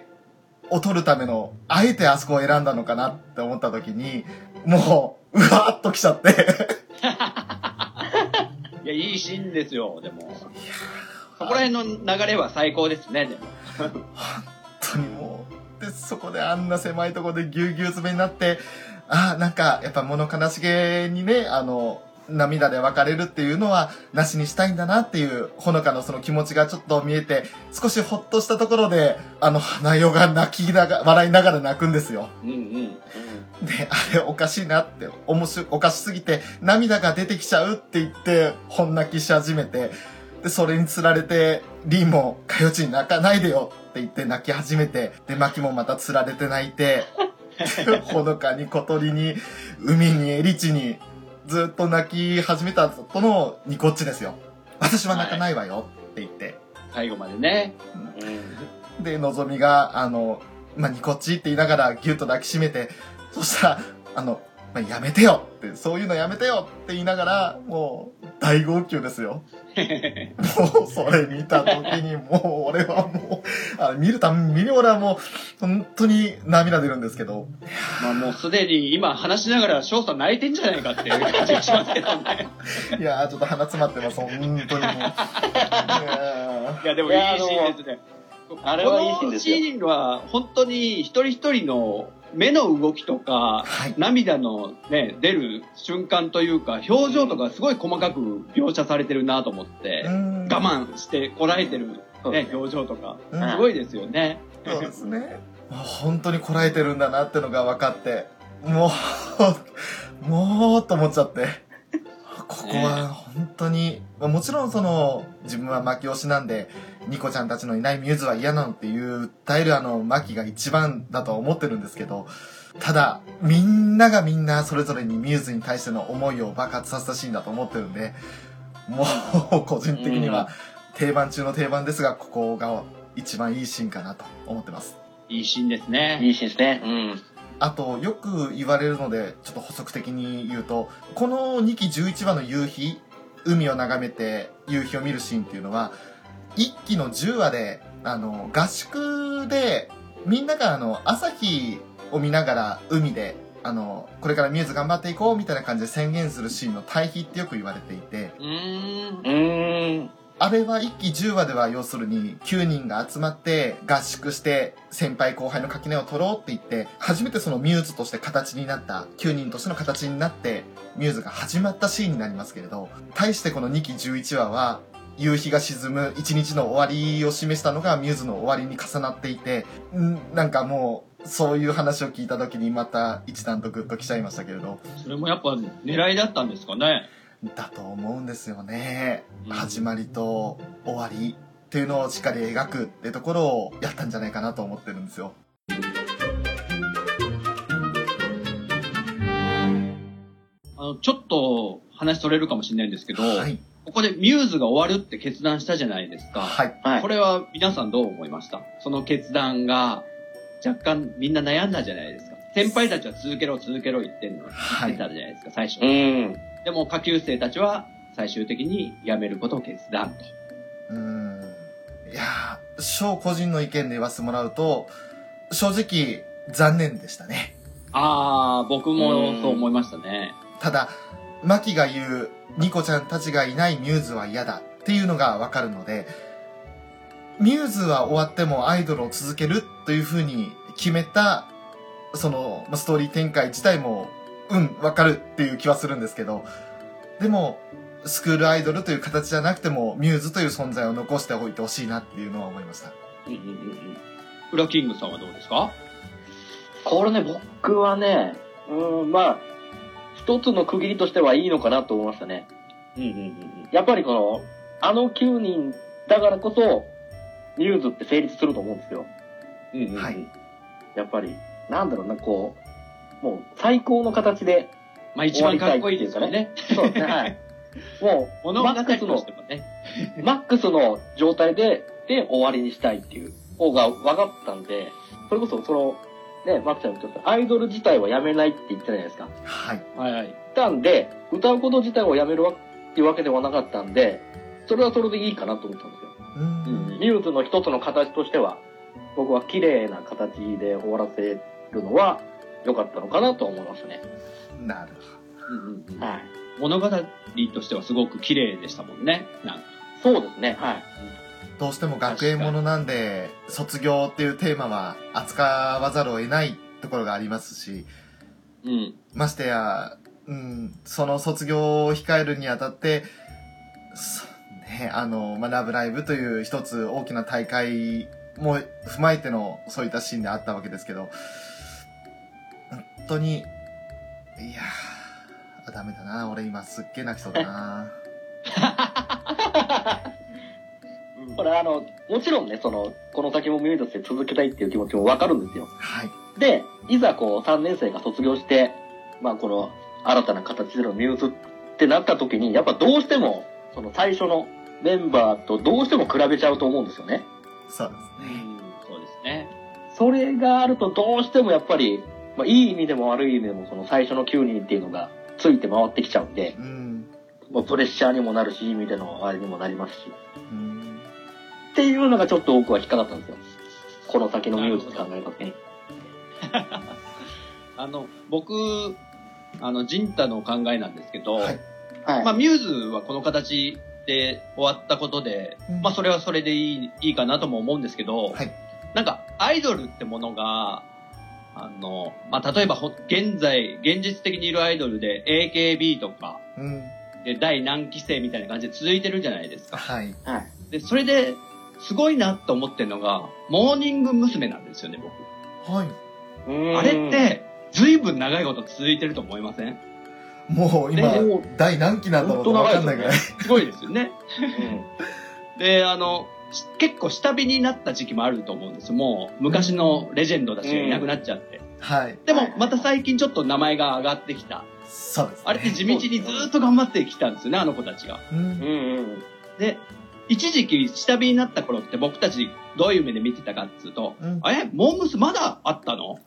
Speaker 3: を撮るための、あえてあそこを選んだのかなって思った時に、もう、うわーっと来ちゃって、
Speaker 5: いや、いいシーンですよ、でも。そこら辺の流れは最高ですね、でも。
Speaker 3: 本当にもう、で、そこであんな狭いとこでぎゅうぎゅう詰めになって、ああ、なんか、やっぱ物悲しげにね、あの、涙で別れるっていうのは、なしにしたいんだなっていう、ほのかのその気持ちがちょっと見えて、少しほっとしたところで、あの、花代が泣きながら、笑いながら泣くんですよ。
Speaker 5: うんうん。
Speaker 3: で、あれおかしいなって、おもし、おかしすぎて、涙が出てきちゃうって言って、本泣きし始めて、で、それにつられて、リンも、かよちに泣かないでよって言って泣き始めて、で、マキもまたつられて泣いて、でほのかに小鳥に、海にエリチに、ずっと泣き始めたとのニコッチですよ。私は泣かないわよって言って。
Speaker 5: 最後までね。
Speaker 4: うん
Speaker 3: で、のぞみが、あの、まあ、ニコッチって言いながらギュッと抱きしめて、そしたら、あの、まあ、やめてよって、そういうのやめてよって言いながら、もう、大号泣ですよ。もう、それ見た時に、もう、俺はもう、あ見るたびに俺はもう、本当に涙出るんですけど、
Speaker 5: まあもうすでに今話しながら翔さん泣いてんじゃないかっていう感じがしますけどね。
Speaker 3: いやー、ちょっと鼻詰まってます、本当にもう。いや
Speaker 5: いや、でもいいシーンですね。
Speaker 4: あれはいいシーンですよ
Speaker 5: このシーンは本当に一人一人の目の動きとか
Speaker 3: ー、はい。
Speaker 5: 涙のね、出る瞬間というか、表情とかすごい細かく描写されてるなと思って、
Speaker 3: 我
Speaker 5: 我。慢してこらえてる、
Speaker 4: そうで
Speaker 5: ね
Speaker 4: す、ね
Speaker 5: 表情とか、
Speaker 3: うん
Speaker 5: すごいですよね。
Speaker 3: そうですね。もう本当にこらえてるんだな ってのが分かって、もう、もうと思っちゃって、ここは本当に、まあもちろんその、自分はマキ推しなんで、ニコちゃんたちのいないミューズは嫌なのっていう、訴えるあの、マキが一番だとは思ってるんですけど、ただ、みんながみんなそれぞれにミューズに対しての思いを爆発させたシーンだと思ってるんで、もう、個人的には、定番中の定番ですが、ここが一番いいシーンかなと思ってます。
Speaker 5: いいシーンですね。
Speaker 4: いいシーンですね。うん。
Speaker 3: あと、よく言われるので、ちょっと補足的に言うと、この2期11話の夕日、海を眺めて夕日を見るシーンっていうのは、1期の10話で、あの、合宿で、みんながあの、朝日を見ながら海で、あの、これからミューズ頑張っていこうみたいな感じで宣言するシーンの対比ってよく言われていて、
Speaker 5: うーん
Speaker 4: う。ーん。
Speaker 3: あれは1期10話では要するに9人が集まって合宿して先輩後輩の垣根を取ろうって言って初めてそのミューズとして形になった9人としての形になってミューズが始まったシーンになりますけれど対してこの2期11話は夕日が沈む1日の終わりを示したのがミューズの終わりに重なっていてんなんかもうそういう話を聞いた時にまた一段とグッときちゃいましたけれど
Speaker 5: それもやっぱ狙いだったんですかね。
Speaker 3: だと思うんですよね
Speaker 5: うん
Speaker 3: 始まりと終わりっていうのをしっかり描くってところをやったんじゃないかなと思ってるんですよ
Speaker 5: あの、ちょっと話それるかもしれないんですけど、
Speaker 3: はい
Speaker 5: ここでミューズが終わるって決断したじゃないですか。
Speaker 3: はい
Speaker 4: はい
Speaker 5: こ。れは皆さんどう思いましたその決断が若干みんな悩んだじゃないですか。先輩たちは続けろ続けろ言ってんの。
Speaker 3: は
Speaker 5: 言って
Speaker 3: い
Speaker 5: たじゃないですか、最初
Speaker 4: う。ん。
Speaker 5: でも下級生たちは最終的に辞めることを決断と。
Speaker 3: うーんいやー翔個人の意見で言わせてもらうと正直残念でしたね
Speaker 5: ああ、僕もそう思いましたね。
Speaker 3: ただマキが言うニコちゃんたちがいないミューズは嫌だっていうのがわかるのでミューズは終わってもアイドルを続けるというふうに決めたそのまあストーリー展開自体もうんわかるっていう気はするんですけどでもスクールアイドルという形じゃなくてもミューズという存在を残しておいてほしいなっていうのは思いました
Speaker 4: うんうんうん
Speaker 5: ウラキングさんはどうですか
Speaker 4: これね、僕はね、うん、まあ、一つの区切りとしてはいいのかなと思いましたね。
Speaker 5: うんうんうん。
Speaker 4: やっぱりこの、あの9人だからこそ、ミューズって成立すると思うんですよ。
Speaker 5: うんうん、
Speaker 3: はい。
Speaker 4: やっぱり、なんだろうな、こう、もう最高の形で、
Speaker 5: まあ一番かっこいいですよね。
Speaker 4: そうですね、はい。 もう、
Speaker 5: 物
Speaker 4: マ
Speaker 5: 語
Speaker 4: ッ
Speaker 5: と
Speaker 4: クスの
Speaker 5: してもね。
Speaker 4: マックスの状態で、で、終わりにしたいっていう方が分かったんで、それこそ、その、ね、マックちゃんも言ってたアイドル自体はやめないって言ってたじゃないですか。
Speaker 3: はい
Speaker 5: はいはい。
Speaker 4: 言ったんで、歌うこと自体をやめるわっていうわけではなかったんで、それはそれでいいかなと思ったんですよ。
Speaker 3: うーん
Speaker 4: ミューズの一つの形としては、僕は綺麗な形で終わらせるのは良かったのかなと思いましたね。
Speaker 3: なるほ
Speaker 5: うんうんうん
Speaker 4: はい。
Speaker 5: 物語としてはすごく綺麗でしたもんね。なんか。
Speaker 4: そうですね、はい。
Speaker 3: どどうしても学園ものなんで卒業っていうテーマは扱わざるを得ないところがありますし
Speaker 5: うん。
Speaker 3: ましてや、うん、その卒業を控えるにあたって、そね、あの、まあ、ラブライブという一つ大きな大会も踏まえてのそういったシーンであったわけですけど、本当に、いやー、ダメだな、俺今すっげえ泣きそうだな。
Speaker 4: これあの、もちろんね、その、この先もミューズとして続けたいっていう気持ちもわかるんですよ。
Speaker 3: はい。
Speaker 4: で、いざこう3年生が卒業して、まあこの新たな形でのミューズってなった時に、やっぱどうしても、その最初のメンバーとどうしても比べちゃうと思うんですよね。
Speaker 3: そうですね。
Speaker 5: そうですね。
Speaker 4: それがあるとどうしてもやっぱり、まあ、いい意味でも悪い意味でもその最初の9人っていうのがついて回ってきちゃうんで、
Speaker 3: うん。
Speaker 4: まあ、プレッシャーにもなるし、意味でのあれにもなりますし、
Speaker 3: うん。
Speaker 4: っていうのがちょっと僕は引っかかったんですよ。この先のミューズって考えた時に。
Speaker 5: あの、僕、あの、ジンタの考えなんですけど、
Speaker 3: はい
Speaker 4: はい。
Speaker 5: まあ、ミューズはこの形で終わったことで、
Speaker 3: うん
Speaker 5: まあ、それはそれでいい、いいかなとも思うんですけど、
Speaker 3: はい
Speaker 5: なんか、アイドルってものが、あの、まあ、例えばほ、現在、現実的にいるアイドルで、AKB とか、
Speaker 3: うん。
Speaker 5: で、第何期生みたいな感じで続いてるじゃないですか。
Speaker 3: はい。
Speaker 4: はい。
Speaker 5: で、それで、すごいなと思ってるのが、モーニング娘。なんですよね、僕。
Speaker 3: はい。
Speaker 4: うーん
Speaker 5: あれっ、て、ずいぶん長いこと続いてると思いません
Speaker 3: もう今
Speaker 5: ね
Speaker 4: もう、
Speaker 3: 第何期なんだろうと分かんないぐらい。
Speaker 5: すごいですよね。で、あの、し結構下火になった時期もあると思うんです。もう昔のレジェンドたちがいなくなっちゃって。
Speaker 3: はい。
Speaker 5: でも、また最近ちょっと名前が上がってきた。
Speaker 3: そうです、ね。
Speaker 5: あれって地道にずーっと頑張ってきたんですよね、あの子たちが。
Speaker 3: う
Speaker 4: うん
Speaker 3: ん。
Speaker 4: うん
Speaker 5: で、一時期下火になった頃って僕たちどういう目で見てたかっつうと、
Speaker 3: うん
Speaker 5: あれモームスまだあったの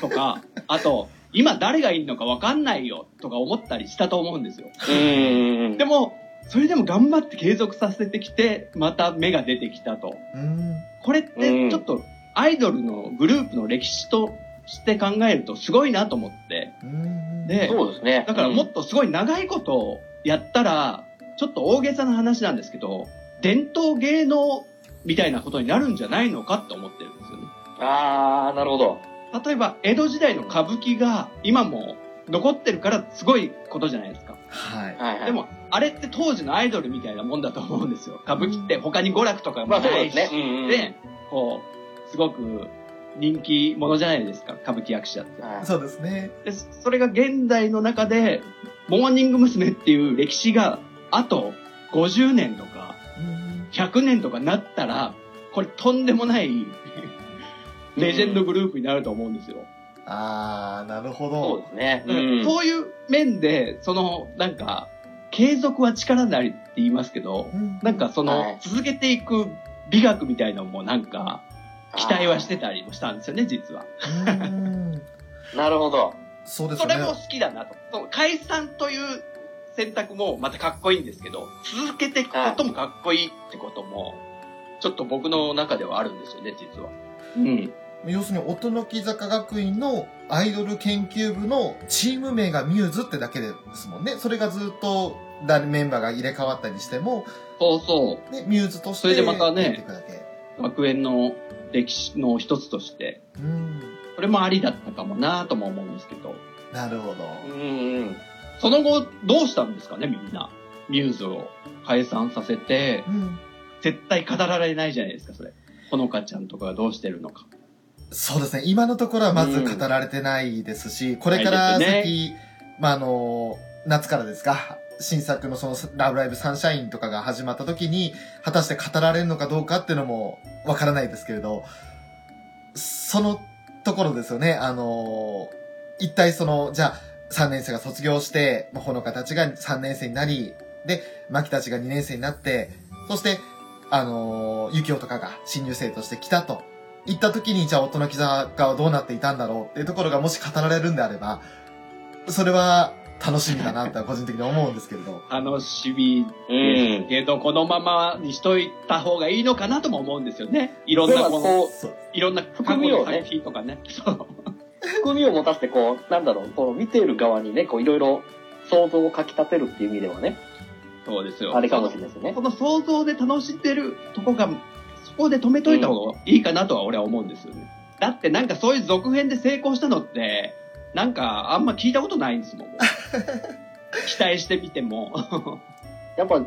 Speaker 5: とか、あと、今誰がいるのかわかんないよとか思ったりしたと思うんですよ。
Speaker 4: うんうん
Speaker 5: でも、それでも頑張って継続させてきて、また芽が出てきたと。
Speaker 3: うん。
Speaker 5: これってちょっとアイドルのグループの歴史として考えるとすごいなと思って。
Speaker 3: うん。
Speaker 5: で、
Speaker 4: そうですね。
Speaker 5: だからもっとすごい長いことをやったら、ちょっと大げさな話なんですけど、伝統芸能みたいなことになるんじゃないのかと思ってるんですよね。
Speaker 4: ああ、なるほど。
Speaker 5: 例えば、江戸時代の歌舞伎が今も残ってるからすごいことじゃないですか。
Speaker 3: はい。
Speaker 4: はいはい。
Speaker 5: で、も、あれって当時のアイドルみたいなもんだと思うんですよ。歌舞伎って他に娯楽とか
Speaker 4: ま
Speaker 5: も
Speaker 4: あそう
Speaker 5: な
Speaker 4: で
Speaker 5: いし、
Speaker 4: すね。うんうん
Speaker 5: で、こう、すごく人気者じゃないですか、歌舞伎役者って。
Speaker 4: はい
Speaker 3: そうですね。
Speaker 5: で、それが現代の中で、モーニング娘。っていう歴史が、あと50年とか、
Speaker 3: うん。
Speaker 5: 100年とかなったら、これとんでもないレジェンドグループになると思うんですよ。
Speaker 3: あー、なるほ
Speaker 4: そ
Speaker 3: ど。
Speaker 4: うですね。
Speaker 5: だからそういう面で、その、なんか、継続は力なりって言いますけど、
Speaker 3: うん
Speaker 5: なんかそ
Speaker 4: は
Speaker 5: の
Speaker 4: い、
Speaker 5: 続けていく美学みたいなのもなんか、期待はしてたりもしたんですよね、実は。
Speaker 3: うん。
Speaker 4: あーなるほど。
Speaker 3: そうです
Speaker 5: そ
Speaker 3: よね。
Speaker 5: れも好きだなと。その解散という選択もまたかっこいいんですけど、続けていくこともかっこいいってことも、ちょっと僕の中ではあるんですよね、実は。うん。
Speaker 3: 要するに、音の木坂学院のアイドル研究部のチーム名がミューズってだけですもんね。それがずっと、だメンバーが入れ替わったりしても、
Speaker 5: そうそ
Speaker 3: ね、ミューズとして。
Speaker 5: それでまたね
Speaker 3: やっていくだけ。
Speaker 5: う。学園の歴史の一つとして、
Speaker 3: うん。
Speaker 5: それもありだったかもなとも思うんですけど、
Speaker 3: なるほど。
Speaker 4: うんうん。
Speaker 5: その後どうしたんですかね、みんな。ミューズを解散させて、
Speaker 3: うん。
Speaker 5: 絶対語られないじゃないですか、それ。ほのかちゃんとかがどうしてるのか。
Speaker 3: そうですね。今のところはまず語られてないですし、これから
Speaker 5: ないです
Speaker 3: 先、まあ、あの、夏からですか、新作のその、ラブライブサンシャインとかが始まった時に、果たして語られるのかどうかっていうのもわからないですけれど、そのところですよね。あの、一体その、じゃあ、3年生が卒業して、まあほのかたちが3年生になり、で、まきたちが2年生になって、そして、あのー、ゆきおとかが新入生として来たと。行った時に、じゃあ、音の木坂はどうなっていたんだろうっていうところがもし語られるんであれば、それは楽しみだなとは個人的に思うんですけれど。
Speaker 5: 楽しみ
Speaker 4: うん。
Speaker 5: けど、このままにしといた方がいいのかなとも思うんですよね。いろん
Speaker 4: それ
Speaker 5: な、
Speaker 4: は
Speaker 5: この、
Speaker 4: こう、
Speaker 3: そう。
Speaker 5: いろんな過去の作品とかね。そう。
Speaker 4: 含みを持たせて、こう、なんだろう、こう、見ている側にね、こう、いろいろ想像をかき立てるっていう意味ではね、
Speaker 5: そうですよ。
Speaker 4: あれかもしれないですね
Speaker 5: こ。の想像で楽しんでるとこが、そこで止めといた方がいいかなとは俺は思うんですよね。だってなんかそういう続編で成功したのって、なんかあんま聞いたことないんです もん。期待してみても。
Speaker 4: やっぱ、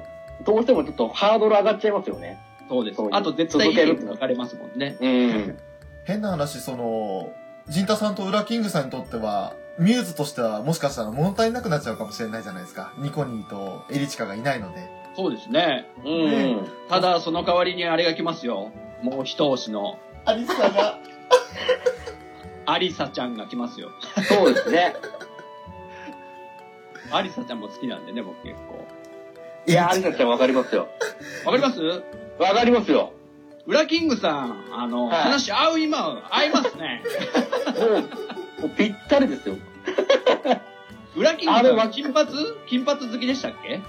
Speaker 4: どうしてもちょっとハードル上がっちゃいますよね。
Speaker 5: そうです
Speaker 4: そう。
Speaker 5: あと絶対いいよって分かれますもんね。
Speaker 4: うん。
Speaker 3: 変な話、その、ジンタさんとウラキングさんにとっては、ミューズとしてはもしかしたら物足りなくなっちゃうかもしれないじゃないですか。ニコニーとエリチカがいないので。
Speaker 5: そうですね。
Speaker 4: うん。
Speaker 5: ただその代わりにあれが来ますよ。もう一押しの
Speaker 3: アリサが、
Speaker 5: アリサちゃんが来ますよ。
Speaker 4: そうで すね。
Speaker 5: アリサちゃんも好きなんでね、僕結構。
Speaker 4: いや、アリサちゃんわかりますよ。
Speaker 5: わかります
Speaker 4: わかりますよ。
Speaker 5: ウラキングさん、あの、
Speaker 4: はい
Speaker 5: 話合う今、合いま すね。
Speaker 4: もう、もうぴったりですよ。
Speaker 5: ウラキング
Speaker 4: あれ
Speaker 5: さ
Speaker 4: は
Speaker 5: ん、金髪金髪好きでしたっけ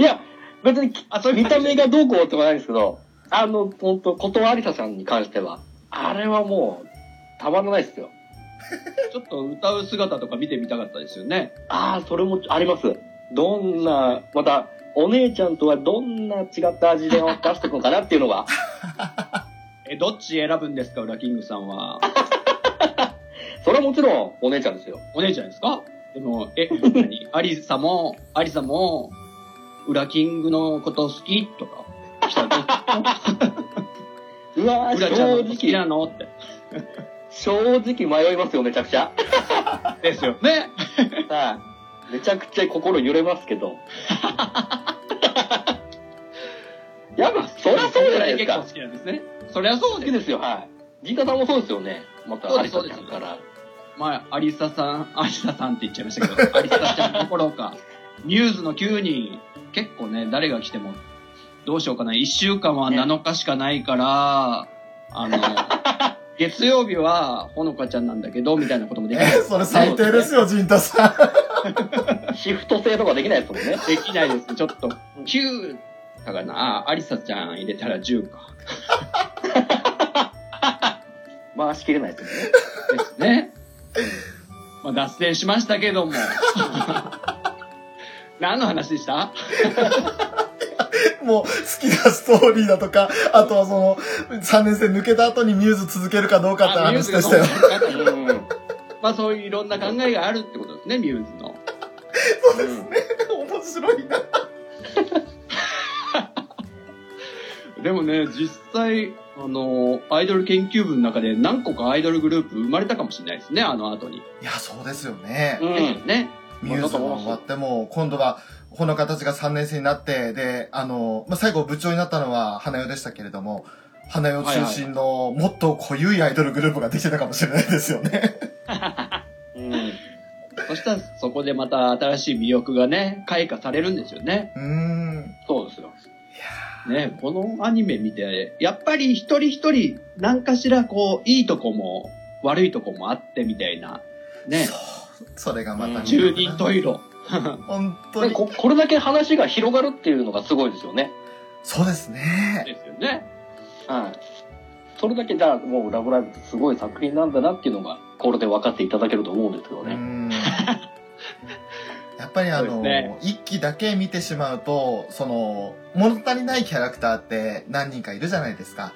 Speaker 4: いや、別に
Speaker 5: あ、そういう
Speaker 4: 見た目
Speaker 5: が。
Speaker 4: がどうこうとかないんですけど、あの、ほんと、ことありささんに関しては、あれはもう、たまらないですよ。
Speaker 5: ちょっと歌う姿とか見てみたかったですよね。
Speaker 4: ああ、それもあります。どんな、また、お姉ちゃんとはどんな違った味で出してくのかなっていうのが、
Speaker 5: え、どっち選ぶんですか、ウラキングさんは。
Speaker 4: それはもちろんお姉ちゃんですよ。
Speaker 5: お姉ちゃんですかでも、え、何アリサも、アリサも、ウラキングのこと好きとか、来たら
Speaker 4: う
Speaker 5: どう
Speaker 4: わー
Speaker 5: ウラちゃんの
Speaker 4: 正
Speaker 5: こと好きな
Speaker 4: 直、
Speaker 5: のって。
Speaker 4: 正直迷いますよ、めちゃくちゃ。
Speaker 5: ですよね。
Speaker 4: はめちゃくちゃ心揺れますけど。 やっぱ、そりゃそうじゃないですか
Speaker 5: 結構好。きなんですね。そりゃそう
Speaker 4: 好
Speaker 5: で
Speaker 4: き
Speaker 5: す。
Speaker 4: ですよ、はい。ジータさんもそうですよね。また、
Speaker 5: そう
Speaker 4: 有
Speaker 5: です
Speaker 4: 田ちゃんから。
Speaker 5: まあ、有沙さん、有沙さんって言っちゃいましたけ ど、有沙ちゃんどころか、ミューズの9人、結構ね、誰が来ても、どうしようかな。1週間は
Speaker 4: ね
Speaker 5: 7日しかないから、あ の、月曜日はほのかちゃんなんだけど、みたいなこともできない。
Speaker 3: え それ最低です よ、陣太さん。
Speaker 4: シフト制とかできないですもんね。
Speaker 5: できないです。ちょっと、9だからな、あ、有沙ちゃん入れたら10か。
Speaker 4: 回しきれないですもんね。
Speaker 5: ですね。まあ、脱線しましたけども。何の話でした
Speaker 3: もう好きなストーリーだとか、あとはその、3年生抜けた後にミューズ続けるかどうかって
Speaker 5: あミュー
Speaker 3: 話
Speaker 5: ズ
Speaker 3: で
Speaker 5: が
Speaker 3: したよ。
Speaker 4: うん。うん
Speaker 5: まあそういういろんな考えがあるってことですね、ミューズの。
Speaker 3: 面白いな。
Speaker 5: でもね、実際、あの、アイドル研究部の中で何個かアイドルグループ生まれたかもしれないですね、あの後に。
Speaker 3: いや、そうですよね。
Speaker 4: うん。
Speaker 5: ね。
Speaker 3: ミューズも終わっても、今度は、ほのかたちが3年生になって、で、あの、まあ、最後部長になったのは花代でしたけれども、花代中心のもっと濃ゆいアイドルグループができてたかもしれないですよね。
Speaker 4: うん。
Speaker 5: そしたらそこでまた新しい魅力がね、開花されるんですよね。
Speaker 3: うーん。
Speaker 4: そうですよ。
Speaker 5: ね、このアニメ見て、やっぱり一人一人何かしらこう、いいとこも悪いとこもあってみたいな。ね
Speaker 3: そ、う。それがまた、
Speaker 4: うん
Speaker 5: 十人十色。
Speaker 3: 本当
Speaker 4: で
Speaker 3: に。
Speaker 4: ここれだけ話が広がるっていうのがすごいですよね。
Speaker 3: そうですね。
Speaker 5: ですよね。
Speaker 4: はい。それだけじゃあもう「ラブライブ!」ってすごい作品なんだなっていうのがこれで分かっていただけると思うんですけど
Speaker 3: うー
Speaker 4: ね。
Speaker 3: ん。やっぱりあ
Speaker 5: そ
Speaker 3: の、
Speaker 5: うですね
Speaker 3: 一期だけ見てしまうと、その、物足りないキャラクターって何人かいるじゃないですか。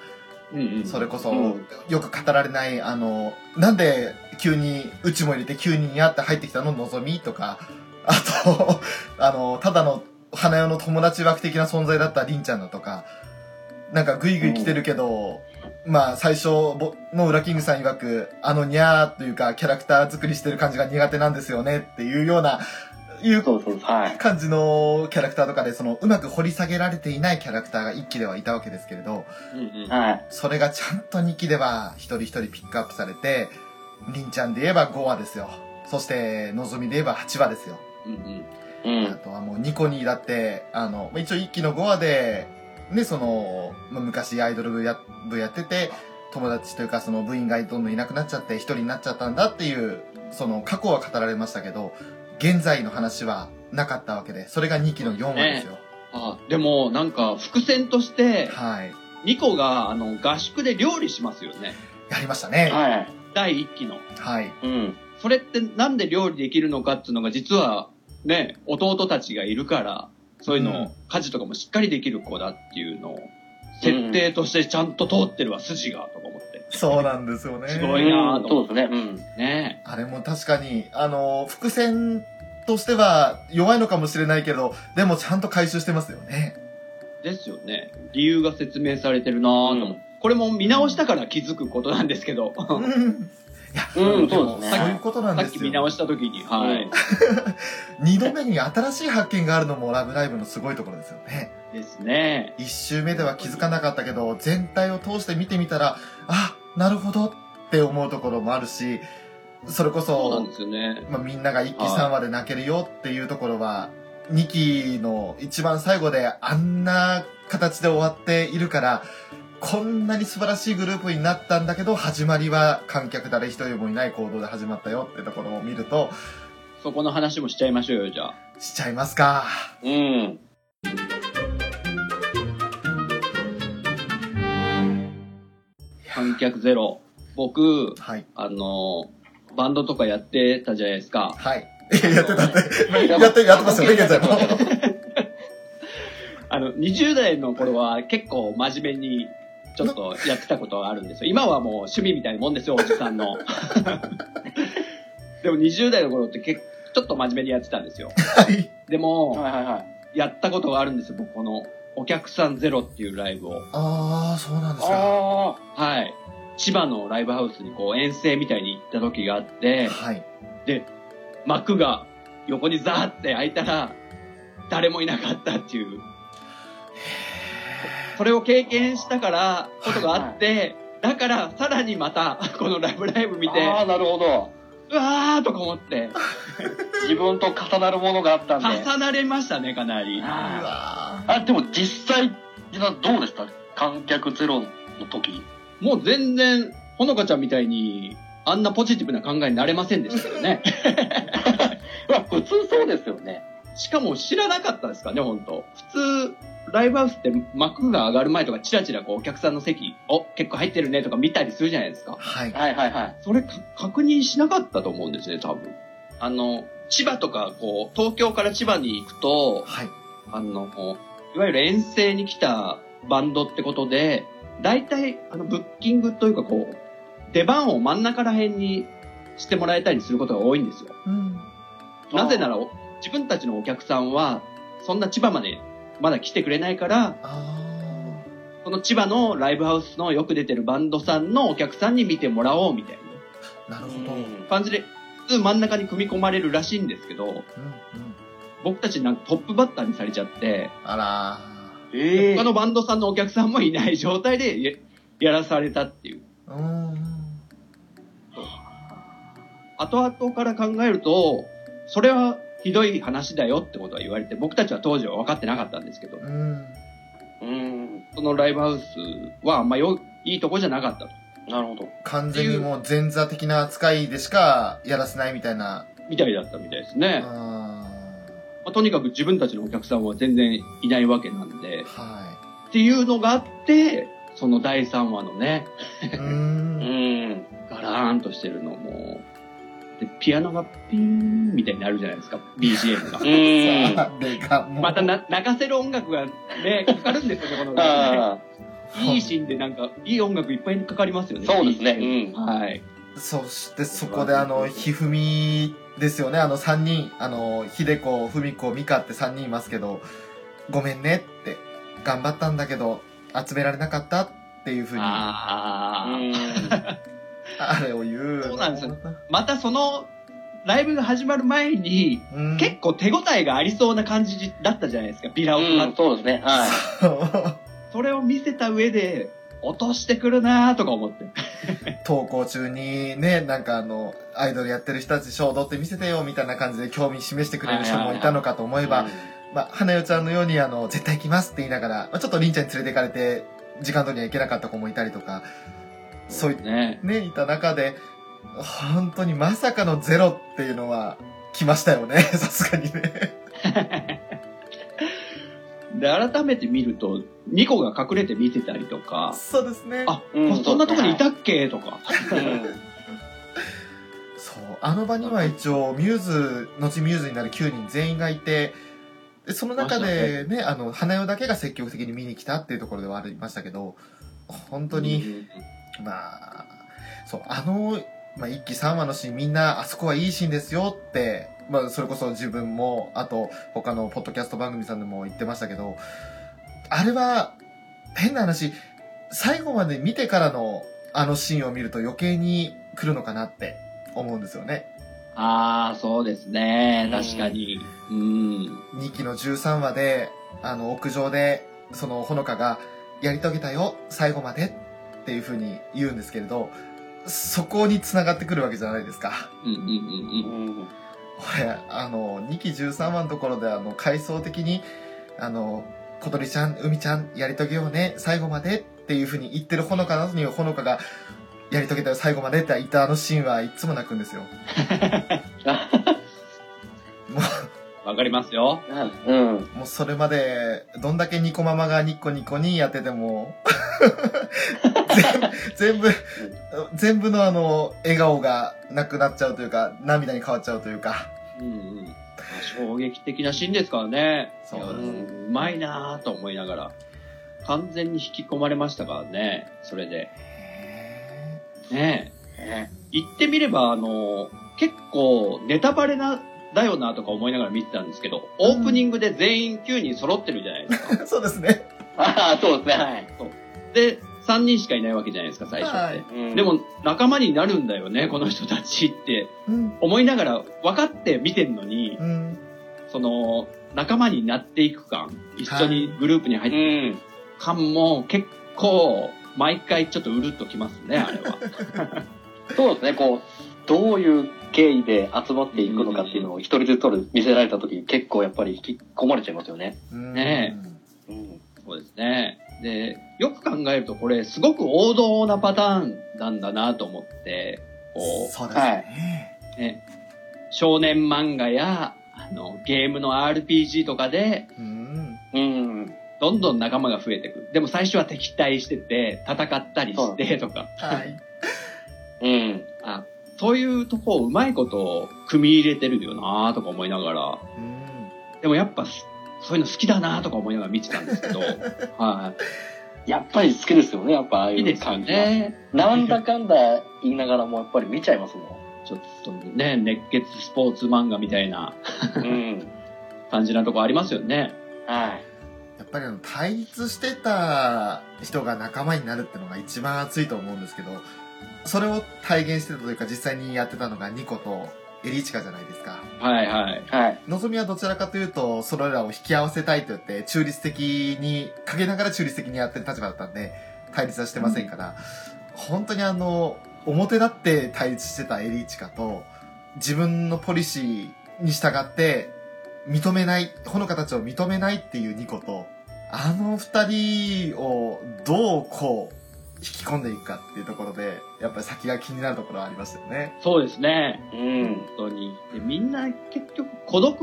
Speaker 5: うんうん。
Speaker 3: それこそ、
Speaker 4: うん
Speaker 3: よく語られない、あの、なんで急に、うちも入れて急ににゃって入ってきたののぞみとか、あと、 あの、ただの花代の友達枠的な存在だったりんちゃんだとか、なんかぐいぐい来てるけど、まあ最初ぼの裏キングさん曰く、あのにゃーというかキャラクター作りしてる感じが苦手なんですよねっていうような、いう
Speaker 4: そうそうはい。
Speaker 3: 感じのキャラクターとかで、そのうまく掘り下げられていないキャラクターが一期ではいたわけですけれど、
Speaker 5: うんうん。
Speaker 4: はい。
Speaker 3: それがちゃんと2期では一人一人ピックアップされて、りんちゃんで言えば5話ですよ。そして、のぞみで言えば8話ですよ。
Speaker 5: うんうん。
Speaker 4: う
Speaker 3: あ
Speaker 4: ん。
Speaker 3: とはもうニコニーだって、あの、まあ一応1期の5話で、ね、その、まあ昔アイドル部や部やってて、友達というかその部員がどんどんいなくなっちゃって一人になっちゃったんだっていう、その過去は語られましたけど、現在の話はなかったわけで、それが2期の4話ですよ。
Speaker 5: あでもなんか伏線として
Speaker 3: はい。
Speaker 5: ニコがあの合宿で料理しますよね
Speaker 3: やりましたね。
Speaker 4: はい。
Speaker 5: 第1期の
Speaker 3: はい。
Speaker 4: うん。
Speaker 5: それってなんで料理できるのかっていうのが実はね弟たちがいるからそういうのを、
Speaker 3: うん
Speaker 5: 家事とかもしっかりできる子だっていうのを設定としてちゃんと通ってるわ筋がとか思って
Speaker 3: そうなんですよね。
Speaker 5: すごいなぁと
Speaker 4: そ
Speaker 5: 思
Speaker 4: うですね。うん。
Speaker 5: ね
Speaker 3: あれも確かに、あの、伏線としては弱いのかもしれないけど、でもちゃんと回収してますよね。
Speaker 5: ですよね理由が説明されてるなぁと思って、これも見直したから気づくことなんですけど
Speaker 3: うん。 いや、
Speaker 4: うん
Speaker 3: でも
Speaker 4: そうですね
Speaker 3: そういうことなん
Speaker 5: さ
Speaker 3: で
Speaker 5: っき
Speaker 3: す
Speaker 5: 見直
Speaker 3: よ。
Speaker 5: した時にはい、
Speaker 4: うん
Speaker 3: 二度目に新しい発見があるのもラブライブのすごいところですよね。
Speaker 5: ですね
Speaker 3: 一周目では気づかなかったけど、全体を通して見てみたら、あ、なるほどって思うところもあるし、それこ
Speaker 5: そうな
Speaker 3: そ
Speaker 5: ん、ですよね
Speaker 3: まあ、みんなが一期三話で泣けるよっていうところは、二期の一番最後であんな形で終わっているから、こんなに素晴らしいグループになったんだけど、始まりは観客誰一人もいない行動で始まったよってところを見ると、
Speaker 5: そこの話もしちゃいましょうよじゃあ
Speaker 3: しちゃいますか。
Speaker 4: うん。
Speaker 5: 観客ゼロ。僕、
Speaker 3: はい。
Speaker 5: あの、バンドとかやってたじゃないですか。
Speaker 3: はい。 やってたって。
Speaker 4: や
Speaker 3: やって、やってますよね、現在も。
Speaker 5: あの、20代の頃は結構真面目に、ちょっとやってたことがあるんですよ。今はもう趣味みたいなもんですよ、おじさんの。 でも20代の頃って結ちょっと真面目にやってたんですよ。
Speaker 3: はい。
Speaker 5: でも、
Speaker 4: はいはいはい。
Speaker 5: やったことがあるんですよ、僕この、お客さんゼロっていうライブを。
Speaker 3: あー、そうなんですか。
Speaker 4: あ
Speaker 5: はい。千葉のライブハウスにこう遠征みたいに行った時があって、
Speaker 3: はい。
Speaker 5: 幕が横にザーって開いたら、誰もいなかったっていう。それを経験したから、ことがあって、だから、さらにまた、このライブライブ見て、
Speaker 4: ああ、なるほど。
Speaker 5: うわーとか思って、
Speaker 4: 自分と重なるものがあったんで。
Speaker 5: 重なれましたね、かなり。
Speaker 3: う
Speaker 4: あ
Speaker 3: わ
Speaker 4: ーあ、でも実際、どうでした観客ゼロの時。
Speaker 5: もう全然、ほのかちゃんみたいに、あんなポジティブな考えになれませんでした よね。
Speaker 4: まあ、普通そうですよね。
Speaker 5: しかも知らなかったですかね、本当普通、ライブハウスって幕が上がる前とか、チラチラこうお客さんの席、お、結構入ってるねとか見たりするじゃないですか。
Speaker 3: はい
Speaker 4: はいはいはい。
Speaker 5: それか確認しなかったと思うんですね、多分。あの、千葉とか、こう、東京から千葉に行くと、
Speaker 3: はい
Speaker 5: あの、こういわゆる遠征に来たバンドってことで、大体、あの、ブッキングというか、こう、出番を真ん中ら辺にしてもらえたりすることが多いんですよ。
Speaker 3: うん
Speaker 5: なぜなら、お自分たちのお客さんは、そんな千葉まで、まだ来てくれないから、
Speaker 3: あ
Speaker 5: その千葉のライブハウスのよく出てるバンドさんのお客さんに見てもらおうみたいな。
Speaker 3: あなるほど、うんうん
Speaker 5: 感じで、普通真ん中に組み込まれるらしいんですけど、僕たちなんかトップバッターにされちゃって、
Speaker 3: あら
Speaker 4: ええ
Speaker 5: 他のバンドさんのお客さんもいない状態でややらされたっていう。
Speaker 3: ーうん
Speaker 5: 後々から考えると、それはひどい話だよってことは言われて、僕たちは当時は分かってなかったんですけど、
Speaker 3: うん
Speaker 4: うん。
Speaker 5: そのライブハウスはあんまよ、いいとこじゃなかったと。
Speaker 4: なるほど。
Speaker 3: 完全にもう前座的な扱いでしかやらせないみたいな
Speaker 5: みたいだったみたいですね。ま
Speaker 3: あ
Speaker 5: あ、とにかく自分たちのお客さんは全然いないわけなん
Speaker 3: ー、
Speaker 5: で
Speaker 3: は
Speaker 5: っていうのがあって、その第3話のね、
Speaker 3: いうー
Speaker 4: うんん。
Speaker 5: ガラーンとしてるのも、で、ピアノがピーンみたいになるじゃないですか、BGM
Speaker 4: う
Speaker 5: が。
Speaker 4: ん。あ
Speaker 3: あれがもう
Speaker 5: またな泣かせる音楽が ね、かかるんですよね、このね。
Speaker 4: あ
Speaker 5: いいシーンでなんか、いい音楽いっぱいかかりますよね。
Speaker 4: そうですね
Speaker 5: BGM
Speaker 4: うん
Speaker 5: はい。
Speaker 3: そしてそこであのひふみですよねあの3人あのひでこふみこみかって3人いますけどごめんねって頑張ったんだけど集められなかったっていうふうにあ
Speaker 4: あ。
Speaker 5: ああ。
Speaker 4: うん
Speaker 3: れを言う
Speaker 5: そうなんですよまたその、ライブが始まる前に、
Speaker 3: うん
Speaker 5: 結構手応えがありそうな感じだったじゃないですか、ビラを配
Speaker 4: う
Speaker 5: っ
Speaker 4: ん。
Speaker 5: て。
Speaker 4: そうですね。はい。
Speaker 5: それを見せた上で、落としてくるなーとか思って。
Speaker 3: 投稿中にね、なんかあの、アイドルやってる人たち、衝動って見せてよ、みたいな感じで興味示してくれる人もいたのかと思えば、まあ、花代ちゃんのようにあの、絶対来ますって言いながら、まあ、ちょっとりんちゃんに連れて行かれて、時間通りには行けなかった子もいたりとか、そうい
Speaker 5: ね。
Speaker 3: ね、いた中で、本当にまさかのゼロっていうのは、来ましたよね、 さすがにね。
Speaker 5: で、改めて見ると、ニコが隠れて見てたりとか、
Speaker 3: そうですね。
Speaker 5: あ、
Speaker 4: うん
Speaker 5: そんなとこにいたっけとか。
Speaker 4: うん
Speaker 3: そう。あの場には一応、ミューズ、後ミューズになる9人全員がいて、でその中でね、あの、花代だけが積極的に見に来たっていうところではありましたけど、本当に、まあ、そう、あの、まあ、1期3話のシーンみんな、あそこはいいシーンですよって、まあ、それこそ自分も、あと、他のポッドキャスト番組さんでも言ってましたけど、あれは、変な話、最後まで見てからの、あのシーンを見ると余計に来るのかなって思うんですよね。
Speaker 5: ああ、そうですね。確かに。うん。
Speaker 3: 2期の13話で、あの、屋上で、その、ほのかが、やり遂げたよ、最後まで、っていう風に言うんですけれど、そこに繋がってくるわけじゃないですか。
Speaker 5: うんうんうんうん。
Speaker 4: うん。
Speaker 3: これ、あの、2期13話のところで、あの、回想的に、あの、小鳥ちゃん、海ちゃん、やり遂げようね、最後までっていう風に言ってるほのかなのに、ほのかが、やり遂げたよ、最後までって言ったあのシーンはいつも泣くんですよ。
Speaker 5: わかりますよ。
Speaker 4: うん。
Speaker 3: もうそれまで、どんだけニコママがニコニコにやってても、 全部、全部のあの、笑顔がなくなっちゃうというか、涙に変わっちゃうというか、
Speaker 5: うんうん。衝撃的なシーンですからね。
Speaker 3: そう
Speaker 5: いや
Speaker 3: です
Speaker 4: ね
Speaker 5: うまいなーと思いながら。完全に引き込まれましたからね。それで。ねえ。言ってみれば、あの、結構ネタバレな、だよなとか思いながら見てたんですけど、オープニングで全員9人揃ってるじゃないです か。
Speaker 3: そうですね。
Speaker 4: ああ、そうですね。はい。
Speaker 5: で、 3人しかいないわけじゃないですか、最初って。
Speaker 3: はい
Speaker 6: うん
Speaker 5: で、も、仲間になるんだよね、この人たちって
Speaker 3: うん
Speaker 5: 思いながら分かって見てるのに、
Speaker 3: うん
Speaker 5: その、仲間になっていく感、一緒にグループに入
Speaker 6: う
Speaker 5: っ
Speaker 6: ん。
Speaker 5: ていく感も結構、毎回ちょっとうるっときますね、あれは。
Speaker 4: そうですね、こう、どういう経緯で集まっていくのかっていうのを一人ずつ取る見せられた時に結構やっぱり引き込まれちゃいますよね。
Speaker 3: うん
Speaker 5: ね
Speaker 4: うん。
Speaker 5: そうですね。で、よく考えるとこれ、すごく王道なパターンなんだなと思って、こう、
Speaker 3: そうですね、
Speaker 5: ね、少年漫画や、あの、ゲームの RPG とかで、
Speaker 3: うん
Speaker 4: うん。
Speaker 5: どんどん仲間が増えてく。でも最初は敵対してて、戦ったりしてとか、
Speaker 3: はい
Speaker 4: うん。
Speaker 5: あ、そういうとこをうまいこと組み入れてるよなとか思いながら、
Speaker 3: うん
Speaker 5: でもやっぱ、そういうの好きだなとか思いながら見てたんですけ ど、は
Speaker 4: やっぱり好きですよね、やっぱああ
Speaker 5: い。
Speaker 4: い
Speaker 5: いいで
Speaker 4: う
Speaker 5: すよ
Speaker 4: 感じは。
Speaker 5: ね。
Speaker 4: なんだかんだ言いながらもやっぱり見ちゃいますも。
Speaker 5: ちょっとね、熱血スポーツ漫画みたいなん
Speaker 4: うん。
Speaker 5: 感じなとこありますよね。
Speaker 4: はい。
Speaker 3: やっぱりあの対立してた人が仲間になるってのが一番熱いと思うんですけどそれを体現してたというか実際にやってたのがニコとエリチカじゃないですか
Speaker 5: はいはい。
Speaker 4: はい。
Speaker 3: のぞみはどちらかというとそれらを引き合わせたいと言って中立的にかけながら中立的にやってる立場だったんで対立はしてませんから、本当にあの表立って対立してたエリチカと自分のポリシーに従って認めないほのかたちを認めないっていうニコとあの二人をどうこう引き込んでいくかっていうところでやっぱり先が気になるところはありましたよね。
Speaker 5: そうですね。
Speaker 4: うん。
Speaker 5: 本当に。でみんな結局孤独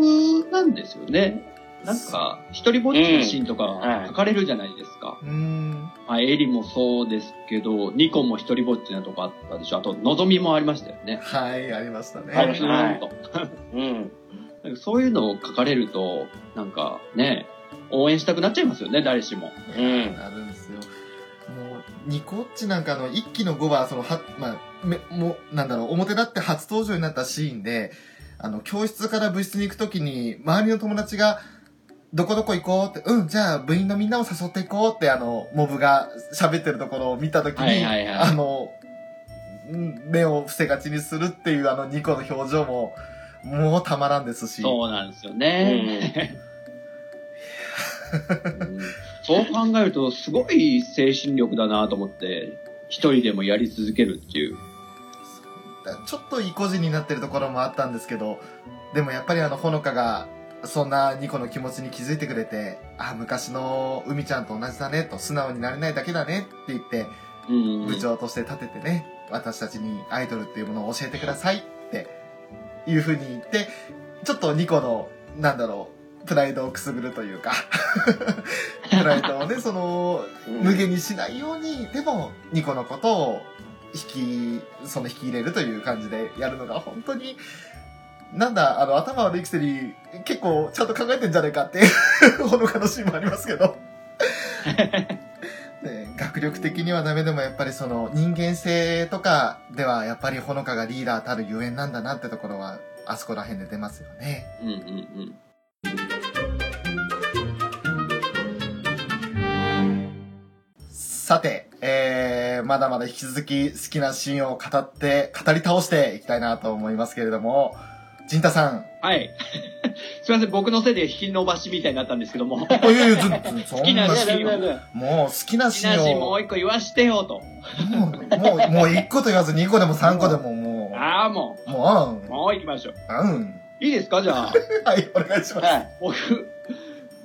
Speaker 5: なんですよね。なんか、一人ぼっちのシーンとか書かれるじゃないですか。
Speaker 3: うーん
Speaker 5: まあ、エリもそうですけど、ニコも一人ぼっちなとこあったでしょ。あと、のぞみもありましたよね。
Speaker 3: はいありましたね。
Speaker 4: ありまし
Speaker 5: ず
Speaker 4: た
Speaker 5: ーんと。
Speaker 4: うん。
Speaker 5: なんかそういうのを書かれると、なんかね、応援したくなっちゃいますよね、誰しも。
Speaker 4: うん
Speaker 3: なるんですよ。もう、ニコッチなんかの一期の5は、その、は、まあ、め、もう、なんだろう、表立って初登場になったシーンで、あの、教室から部室に行くときに、周りの友達が、どこどこ行こうって、うん、じゃあ部員のみんなを誘っていこうって、あの、モブが喋ってるところを見たときに、
Speaker 5: はいはいはい
Speaker 3: あの、うん目を伏せがちにするっていうあのニコの表情も、もうたまらんです し。
Speaker 5: そうなんですよ
Speaker 4: う
Speaker 5: ね。
Speaker 4: ん。
Speaker 5: うんそう考えると、すごい精神力だなと思って、一人でもやり続けるっていう。
Speaker 3: ちょっと意固地になってるところもあったんですけど、でもやっぱりあの、ほのかが、そんなニコの気持ちに気づいてくれて、あ、昔の海ちゃんと同じだね、と、素直になれないだけだねって言って、
Speaker 5: うん。
Speaker 3: 部長として立ててね、私たちにアイドルっていうものを教えてくださいって、いうふうに言って、ちょっとニコの、なんだろう、プライドをくすぐるというか、 プライドをね、その、無限にしないように、でも、ニコのことを引き、その引き入れるという感じでやるのが本当に、なんだ、あの、頭悪いくせに、結構ちゃんと考えてんじゃねえかっていう、 ほのかのシーンもありますけど。ね学力的にはダメでもやっぱりその人間性とかではやっぱりほのかがリーダーたるゆえんなんだなってところはあそこら辺で出ますよね。
Speaker 5: うんうん
Speaker 3: さて、えー、まだまだ引き続き好きなシーンを語って、語り倒していきたいなと思いますけれども、陣太さん。
Speaker 5: うん。はい。 すいません、僕のせいで引き伸ばしみたいになったんですけど も。
Speaker 3: いやいやずずそ
Speaker 5: き
Speaker 3: ん
Speaker 5: な
Speaker 3: な
Speaker 5: シ
Speaker 3: シ
Speaker 5: ーン
Speaker 3: ーン
Speaker 5: を
Speaker 3: もう好きなシ
Speaker 5: な
Speaker 3: ー
Speaker 5: し、
Speaker 3: ン
Speaker 5: も
Speaker 3: を
Speaker 5: う、一個言わしてよと。
Speaker 3: もう、もう、もう一個と言わず二個でも三個でもも
Speaker 5: ああ、も
Speaker 3: う、も
Speaker 5: う、もう行きましょう。
Speaker 3: う、うん、うん。
Speaker 5: いいですか、じゃあ。
Speaker 3: はい、お願いします。
Speaker 4: はい。
Speaker 5: 僕、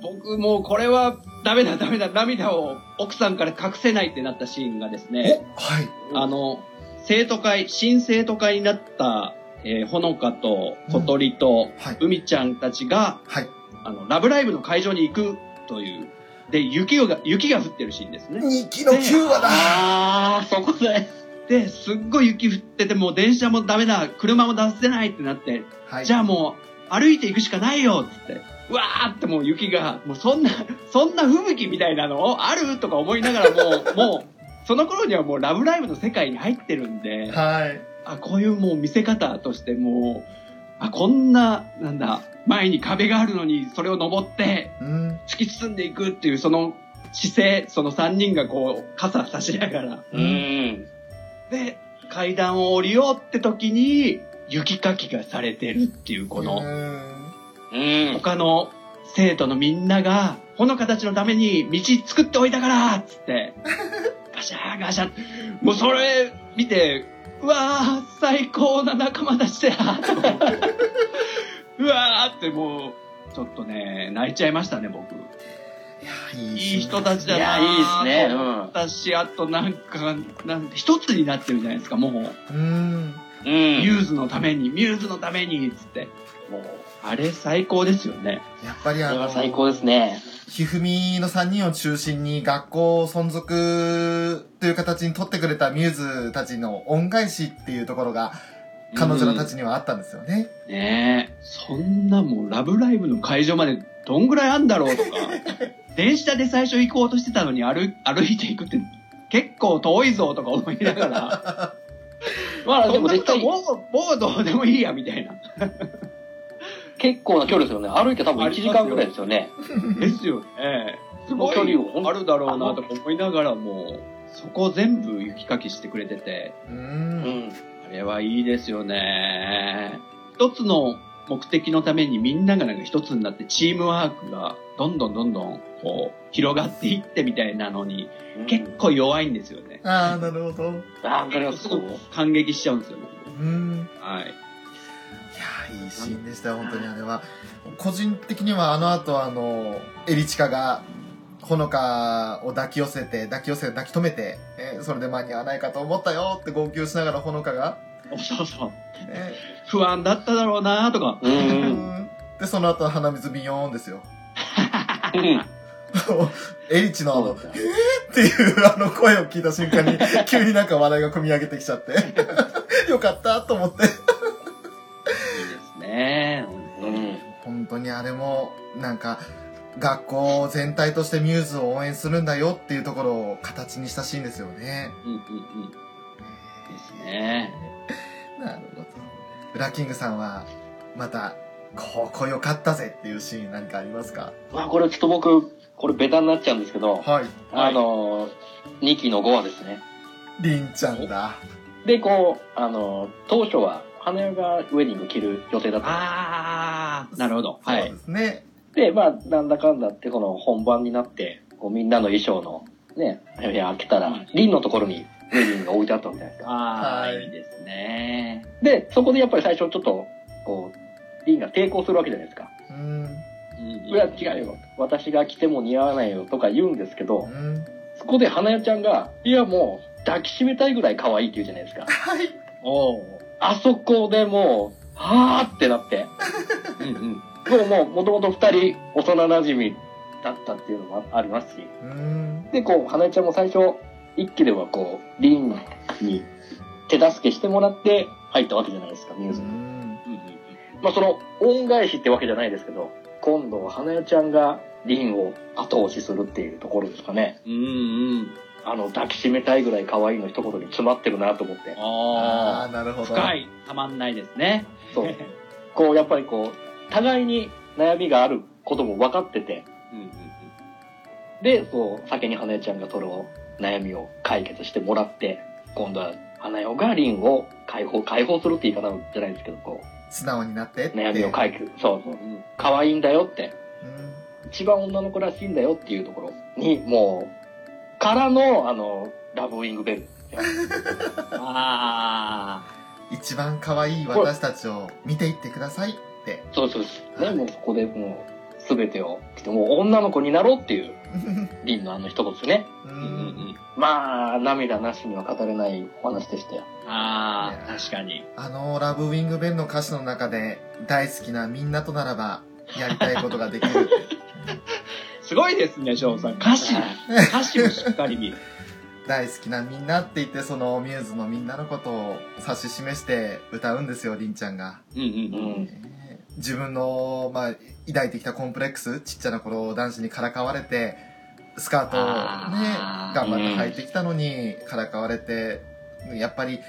Speaker 5: 僕もうこれはダメだダメだ涙を奥さんから隠せないってなったシーンがですね、
Speaker 3: おはい。
Speaker 5: あの、生徒会、新生徒会になった、えーほのかと小鳥と、
Speaker 3: はい。
Speaker 5: 海ちゃんたちが、
Speaker 3: はい。
Speaker 5: あの、ラブライブの会場に行くという、で、雪が、雪が降ってるシーンですね。
Speaker 3: 二期の九話だ
Speaker 4: ああ、そこで。
Speaker 5: で、すっごい雪降ってて、もう電車もダメだ、車も出せないってなって、
Speaker 3: はい。
Speaker 5: じゃあもう、歩いていくしかないよっつって。うわーってもう雪が、もうそんな、 そんな吹雪みたいなのあるとか思いながらも う、もう、その頃にはもうラブライブの世界に入ってるんで、
Speaker 3: はい。
Speaker 5: あ、こういうもう見せ方としてもう、あ、こんな、なんだ、前に壁があるのにそれを登って
Speaker 3: うん。
Speaker 5: 突き進んでいくっていうその姿勢、その3人がこう、傘差しながら。
Speaker 4: うん。
Speaker 5: で、階段を降りようって時に、雪かきがされてるっていう、この、
Speaker 4: うん。
Speaker 5: 他の生徒のみんなが、この形のために道作っておいたからっつって、ガシャーガシャー、もうそれ見て、うわー、最高な仲間たちだと思ってうわーってもう、ちょっとね、泣いちゃいましたね、僕。
Speaker 3: い
Speaker 5: いい人たち
Speaker 4: い
Speaker 5: だ
Speaker 4: や、
Speaker 5: ない
Speaker 4: いですね。う
Speaker 5: 私、あとなんか、なんて一つになってるじゃないですか、も
Speaker 3: う
Speaker 5: う。
Speaker 3: ん
Speaker 4: ん。
Speaker 5: ミューズのために、ミューズのために、つって。もう、あれ最高ですよね。
Speaker 3: やっぱり
Speaker 4: そ
Speaker 3: あ
Speaker 4: れ
Speaker 3: の
Speaker 4: は最高ですね。
Speaker 3: ひふみの3人を中心に学校を存続という形に取ってくれたミューズたちの恩返しっていうところが彼女らたちにはあったんですよね。
Speaker 5: ねえ。そんなもう、ラブライブの会場までどんぐらいあんだろうとか。電車で最初行こうとしてたのに歩歩いていくって結構遠いぞとか思いながら。
Speaker 4: まあ、で
Speaker 5: そん
Speaker 4: も
Speaker 5: な
Speaker 4: 絶
Speaker 5: こと
Speaker 4: 対
Speaker 5: もう、もうどうでもいいや、みたいな。
Speaker 4: 結構な距離ですよね。歩いて多分1時間ぐらいですよね。
Speaker 5: ですよね。す
Speaker 4: ご
Speaker 5: ご
Speaker 4: い
Speaker 5: い距離をあるだろうなとか思いながらも、そこ全部雪かきしてくれてて、
Speaker 3: う。
Speaker 4: うんん。
Speaker 5: あれはいいですよね。一つの目的のためにみんながなんか一つになってチームワークがどんどんどんどんこう広がっていってみたいなのに結構弱いんですよね。
Speaker 3: ああ、なるほど。
Speaker 4: 構。あ、わかります
Speaker 5: す。ごく感激しちゃうんですよね。
Speaker 3: うん。
Speaker 5: はい。
Speaker 3: いやーいいシーンでしたよ、本当にあれは。個人的にはあの後、あの、エリチカが、ほのかを抱き寄せて、抱き寄せ、抱き止めて、えーそれで間に合わないかと思ったよって号泣しながらほのかが、
Speaker 5: そうそう。
Speaker 3: え
Speaker 5: 不安だっただろうなとか。
Speaker 4: う。
Speaker 3: ーうんんで、その後鼻水ビヨーンですよ。
Speaker 4: うん。
Speaker 3: エリチのあ
Speaker 4: そ
Speaker 3: の
Speaker 4: う、だ
Speaker 3: っていうあの声を聞いた瞬間に、急になんか笑いが込み上げてきち ゃって、よかったと思って。
Speaker 5: いいですね。本当
Speaker 4: う
Speaker 5: に
Speaker 4: ん。
Speaker 3: 本当にあれも、なんか、学校全体としてミューズを応援するんだよっていうところを形にしたシーンですよね。
Speaker 5: うんうんうん。ですね。
Speaker 3: なるほど。ブラッキングさんは、また、ここ良かったぜっていうシーン何かありますか
Speaker 4: まあ、これちょっと僕、これベタになっちゃうんですけど、
Speaker 3: はい。
Speaker 5: はい
Speaker 4: あの、2期の5話ですね。
Speaker 3: りんちゃんだ。
Speaker 4: で、こう、あの、当初は、花代がウェディング着る予定だった。
Speaker 5: ああ、なるほど。は
Speaker 3: そう
Speaker 5: い。
Speaker 3: ですね。
Speaker 4: で、まあ、なんだかんだって、この本番になって、こうみんなの衣装の、ね、部屋開けたら、リンのところにウェディングが置いてあったみたいですか。
Speaker 5: ああ、
Speaker 3: はい
Speaker 5: いいですね。
Speaker 4: で、そこでやっぱり最初ちょっと、こう、リンが抵抗するわけじゃないですか。
Speaker 3: うん。
Speaker 5: うん
Speaker 4: いや、違うよ。私が着ても似合わないよとか言うんですけ
Speaker 3: う
Speaker 4: ど、
Speaker 3: ん。
Speaker 4: そこで花代ちゃんが、いやもう、抱きしめたいぐらい可愛いって言うじゃないですか。
Speaker 3: はい。
Speaker 5: おお。
Speaker 4: あそこでもう、はーってなって。
Speaker 5: うんうん。
Speaker 4: これもう、もともと二人、幼馴染みだったっていうのもありますし。
Speaker 3: うん。
Speaker 4: で、こう、花江ちゃんも最初、一期ではこう、リンに手助けしてもらって入ったわけじゃないですか、ミューズ
Speaker 3: う
Speaker 4: に。
Speaker 3: ん。
Speaker 4: まあ、その、恩返しってわけじゃないですけど、今度は花江ちゃんがリンを後押しするっていうところですかね。
Speaker 5: うんうん。
Speaker 4: あの、抱きしめたいぐらい可愛いの一言に詰まってるなと思って。
Speaker 5: あ
Speaker 3: ああ、なるほ
Speaker 5: あ。
Speaker 3: ど。
Speaker 5: 深い。たまんないですね。
Speaker 4: そう。こう、やっぱりこう、互いに悩みがあることも分かってて、
Speaker 5: うんうん
Speaker 4: で、こう、先に花代ちゃんがそれを、悩みを解決してもらって、今度は花代がリンを解放、解放するって言い方じゃないですけど、こ
Speaker 3: 素直になってって
Speaker 4: う、悩みを解決、そうそう、
Speaker 5: うんうん。
Speaker 4: 可愛いんだよって、
Speaker 3: うん
Speaker 4: 一番女の子らしいんだよっていうところに、もう、からの、あの、ラブウィングベル。
Speaker 5: あ
Speaker 3: 一番可愛い私たちを見ていってくだ さいって。
Speaker 4: そうそうです。ね、もうそこでもう、すべてを、もう女の子になろうっていう、リンのあの一言ですね。
Speaker 3: う
Speaker 5: あ。うんうん
Speaker 3: ん
Speaker 5: うん。
Speaker 4: まあ、涙なしには語れないお話でしたよ。
Speaker 5: ああ、確かに。
Speaker 3: あの、ラブウィングベルの歌詞の中で、大好きなみんなとならば、やりたいことができる。
Speaker 5: すごいですね、翔さん。歌詞、歌詞もしっかり見。
Speaker 3: 大好きなみんなって言って、そのミューズのみんなのことを指し示して歌うんですよ、りんちゃんが。
Speaker 5: うんうん
Speaker 4: う
Speaker 5: うん。
Speaker 4: ん。
Speaker 3: ね自分の、まあ、抱いてきたコンプレックス、ちっちゃな頃男子にからかわれて、スカートをね
Speaker 5: あ、ー
Speaker 3: 頑張って履いてきたのに、からかわれて、やっぱり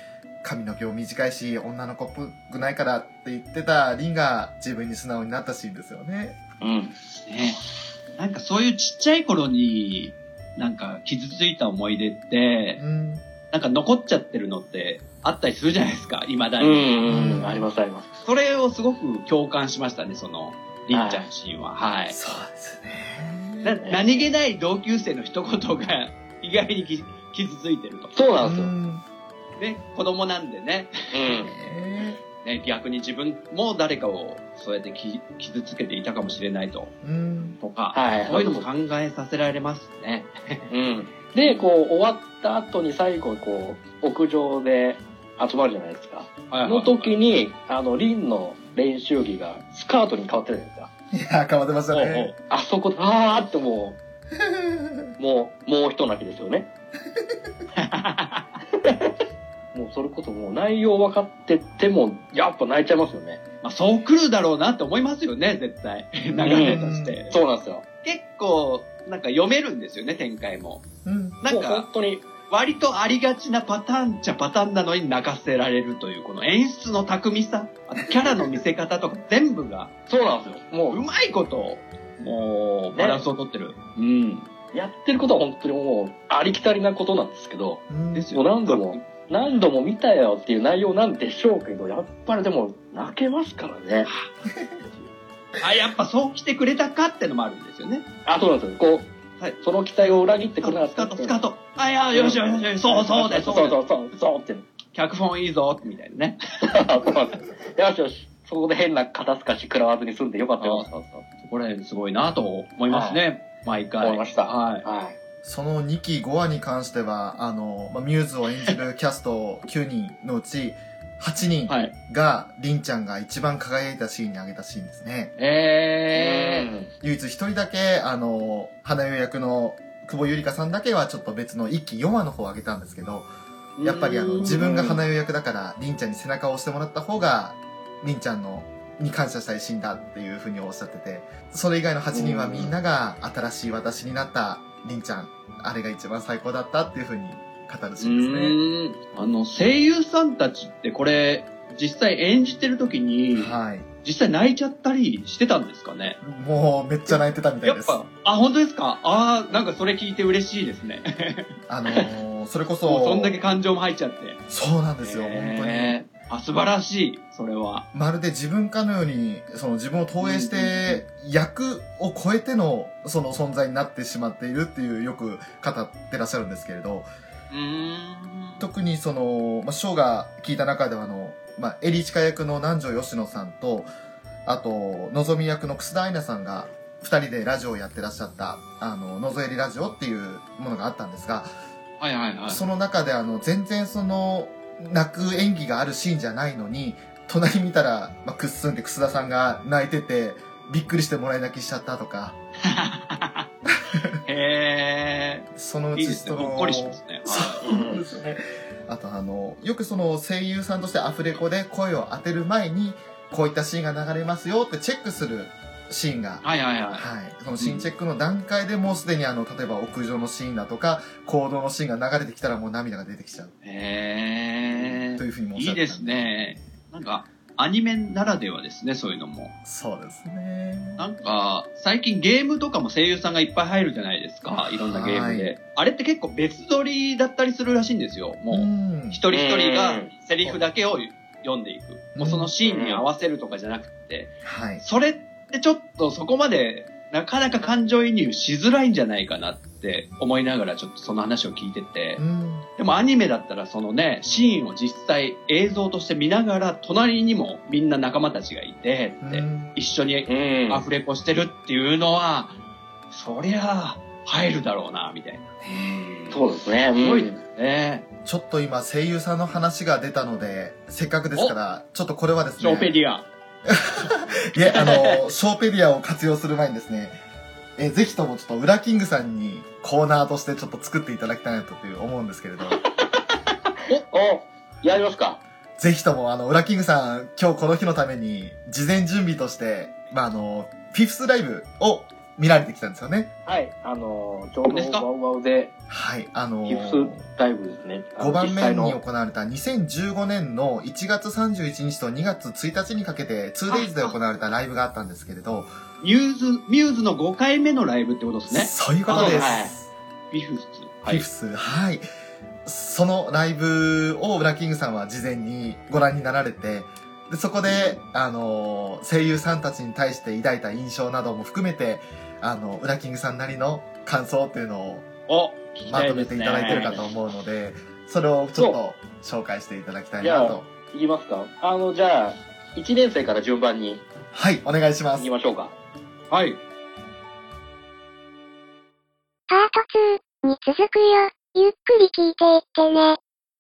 Speaker 3: 髪の毛も短いし、女の子っぽくないからって言ってたリンが自分に素直になったシーンですよね。
Speaker 4: うん。
Speaker 5: ね。なんかそういうちっちゃい頃になんか傷ついた思い出って、
Speaker 3: うん
Speaker 5: なんか残っちゃってるのってあったりするじゃないですか、未だ
Speaker 4: う
Speaker 5: に。
Speaker 4: ん、うん、ありますあります。
Speaker 5: それをすごく共感しましたね、その、りっちゃんシーンは。はい。
Speaker 3: そうです
Speaker 5: な
Speaker 3: ね
Speaker 5: 何気ない同級生の一言が 意外にき傷ついてると。
Speaker 4: そう
Speaker 3: う
Speaker 4: なんですよ。
Speaker 3: ん
Speaker 5: ね、子供なんでね
Speaker 4: うん。
Speaker 3: ね
Speaker 5: ね、逆に自分も誰かをそうやってき傷つけていたかもしれないと。
Speaker 3: うん
Speaker 5: とか、
Speaker 4: はい
Speaker 5: そういうのも考えさせられますね。
Speaker 4: うん。で、こう、終わった後に最後、こう、屋上で集まるじゃないですか。
Speaker 5: はい
Speaker 4: の時に、あの、リンの練習着がスカートに変わってるじゃないですか。
Speaker 3: いや変わってました
Speaker 4: おうお
Speaker 3: ね
Speaker 4: うあそこ、あーっても う、もう、もう一泣きですよね。もうそれこそもう内容分かってても、やっぱ泣いちゃいますよね。
Speaker 5: まあ、そう来るだろうなって思いますよね、絶対。流れとして。
Speaker 4: そうなんですよ。
Speaker 5: 結構、なんか読めるんですよね、展開も。
Speaker 3: うん
Speaker 5: なん
Speaker 4: もう本
Speaker 5: か、
Speaker 4: 当に、
Speaker 5: 割とありがちなパターンっちゃパターンなのに泣かせられるという、この演出の巧みさ、あとキャラの見せ方とか全部が、
Speaker 4: そうなんですよ。も
Speaker 5: う
Speaker 4: う、
Speaker 5: まいこと、もう、
Speaker 4: ね
Speaker 5: バランスをとってる。うん。
Speaker 4: やってることは本当にもう、ありきたりなことなんですけど、
Speaker 3: うん
Speaker 5: です
Speaker 4: も
Speaker 5: よ
Speaker 4: う
Speaker 5: ね。
Speaker 4: 何度も、何度も見たよっていう内容なんでしょうけど、やっぱりでも、泣けますからね。
Speaker 5: あ、やっぱそう来てくれたかってのもあるんですよね。
Speaker 4: あ、そうなんですよ。こう、
Speaker 5: はい
Speaker 4: その期待を裏切って
Speaker 5: ス
Speaker 4: くれなか
Speaker 5: カ
Speaker 4: った
Speaker 5: ート、スカート。あ、いや、よしよしよし、そうそうです、
Speaker 4: そう
Speaker 5: です。
Speaker 4: そうそう、そうって。
Speaker 5: 脚本いいぞ、みたいなね。
Speaker 4: そうなんですよよしよし。そこで変な肩透かし食らわずに済んでよかったよかった。
Speaker 5: ここら辺すごいなと思いますね、毎回。
Speaker 4: 思いました
Speaker 5: はい。
Speaker 4: はい。
Speaker 3: その2期5話に関してはあの、まあ、ミューズを演じるキャスト9人のうち8人
Speaker 5: はい。
Speaker 3: が、りんちゃんが一番輝いたシーンに挙げたシーンですね。
Speaker 5: え
Speaker 3: 唯一一人だけ、あの、花代役の久保ゆりかさんだけはちょっと別の1期4話の方を挙げたんですけど、
Speaker 5: ー。
Speaker 3: やっぱりあの、
Speaker 5: うん
Speaker 3: 自分が花代役だから、りんちゃんに背中を押してもらった方が、りんちゃんの、に感謝したいシーンだっていうふうにおっしゃってて、それ以外の8人はみんなが新しい私になったりんちゃん、あれが一番最高だったっていうふうに語るシーン
Speaker 5: う
Speaker 3: で
Speaker 5: ーんあの、声優さんたちってこれ、実際演じてる時に
Speaker 3: す、ね。はい。
Speaker 5: 実際泣いちゃったりしてたんですかね
Speaker 3: もうめっちゃ泣いてたみた
Speaker 5: や
Speaker 3: いで
Speaker 5: っ
Speaker 3: す。
Speaker 5: ぱ、あ、本当ですかああ、なんかそれ聞いて嬉しいですね。
Speaker 3: あのーそれこ
Speaker 5: も
Speaker 3: そ、
Speaker 5: うそんだけ感情も入っちゃって。
Speaker 3: そうなんですよ、本当に。
Speaker 5: えーあ、素晴らしい、それは。
Speaker 3: まるで自分かのように、その自分を投影して、役を超えての、その存在になってしまっているっていう、よく語ってらっしゃるんですけれど、
Speaker 5: うーん。
Speaker 3: 特にその、まあ、ショーが聞いた中では、あの、まあ、エリチカ役の南條吉野さんと、あと、のぞみ役の楠田愛菜さんが、二人でラジオをやってらっしゃった、あの、のぞえりラジオっていうものがあったんですが、
Speaker 5: はいはいはい。
Speaker 3: その中であの全然その泣く演技があるシーンじゃないのに隣見たら、まあ、くっすんで楠田さんが泣いててびっくりしてもらい泣きしちゃったとか
Speaker 5: へ
Speaker 3: その
Speaker 5: え。
Speaker 3: う
Speaker 5: いい
Speaker 3: ち
Speaker 5: ですね。
Speaker 3: そ
Speaker 5: ほ
Speaker 3: の
Speaker 5: っこりしますね。は
Speaker 3: そうですよねあとあのよくその声優さんとしてアフレコで声を当てる前にこういったシーンが流れますよってチェックするシーンが
Speaker 5: いはいはいは
Speaker 3: は
Speaker 5: い。
Speaker 3: い、その新チェックの段階でもうすでにあの例えば屋上のシーンだとか行動のシーンが流れてきたらもう涙が出てきちゃう
Speaker 5: へえ
Speaker 3: と。いうふうにもおっし
Speaker 5: い
Speaker 3: ゃ
Speaker 5: い
Speaker 3: ってたん
Speaker 5: ですね。なんか、アニメならではですね、そういうのも。
Speaker 3: そうですね
Speaker 5: なんか、最近ゲームとかも声優さんがいっぱい入るじゃないですか。いろんなゲーム
Speaker 3: は
Speaker 5: で。あれって結構別撮りだったりするらしいんですよ。もう、
Speaker 3: ん
Speaker 5: 一人一人
Speaker 4: う
Speaker 5: が
Speaker 4: ん
Speaker 5: セリフだけを読んでいく。もうそのシーンに合わせるとかじゃなくて。
Speaker 3: はい。
Speaker 5: それってちょっとそこまで、なかなか感情移入しづらいんじゃないかなって思いながらちょっとその話を聞いてて。
Speaker 3: うん。
Speaker 5: でもアニメだったらそのね、シーンを実際映像として見ながら、隣にもみんな仲間たちがいて
Speaker 3: う
Speaker 5: って、
Speaker 3: ん
Speaker 5: 一緒に
Speaker 4: うん。
Speaker 5: アフレコしてるっていうのは、そりゃあ入るだろうな、みたいな。
Speaker 4: そうですね。
Speaker 5: すご
Speaker 4: う
Speaker 5: いで
Speaker 4: ん。
Speaker 5: すね。
Speaker 3: ちょっと今声優さんの話が出たので、せっかくですから、ちょっとこれはです
Speaker 5: ショ
Speaker 3: ね
Speaker 5: ー、ペディア。
Speaker 3: いえ、あの、ショーペディアを活用する前にですね、えぜひともちょっとウラキングさんにコーナーとしてちょっと作っていただきたいなという思うんですけれ ど、
Speaker 4: お、やりますか。
Speaker 3: ぜひともあの、ウラキングさん、今日この日のために、事前準備として、まあ、あの、フィフスライブを見られてきたんですよね。
Speaker 4: はい。あの、ちょう
Speaker 5: ですか
Speaker 4: どワウワウで、
Speaker 3: はい、あの
Speaker 4: ギフスライブですね。あの
Speaker 3: 5番
Speaker 4: 実
Speaker 3: 目
Speaker 4: 際
Speaker 3: に
Speaker 4: の
Speaker 3: 行われた2015年の1月31日と2月1日にかけて 2days で行われたライブがあったんですけれど、
Speaker 5: ミューズ、ミューズの5回目のライブってことですね。
Speaker 3: そういうことです。
Speaker 4: はい
Speaker 5: ビフス。は
Speaker 3: フィ
Speaker 5: い
Speaker 3: フ。ス、はい。そのライブをブラッキングさんは事前にご覧になられて、でそこで、あの、声優さんたちに対して抱いた印象なども含めて、あの、ブラッキングさんなりの感想っていうのを
Speaker 5: お、聞き
Speaker 3: ま
Speaker 5: た
Speaker 3: と
Speaker 5: いで
Speaker 3: め
Speaker 5: す
Speaker 3: て
Speaker 5: ね。
Speaker 3: いただいてるかと思うので、それをちょっと紹介していただきたいなと。
Speaker 4: いきますかあの、じゃあ、1年生から順番に
Speaker 3: はい、お願いしま
Speaker 4: 行
Speaker 3: す
Speaker 4: き。ましょうか。
Speaker 5: はい。
Speaker 1: パート2に続くよ。ゆっくり聞いていってね。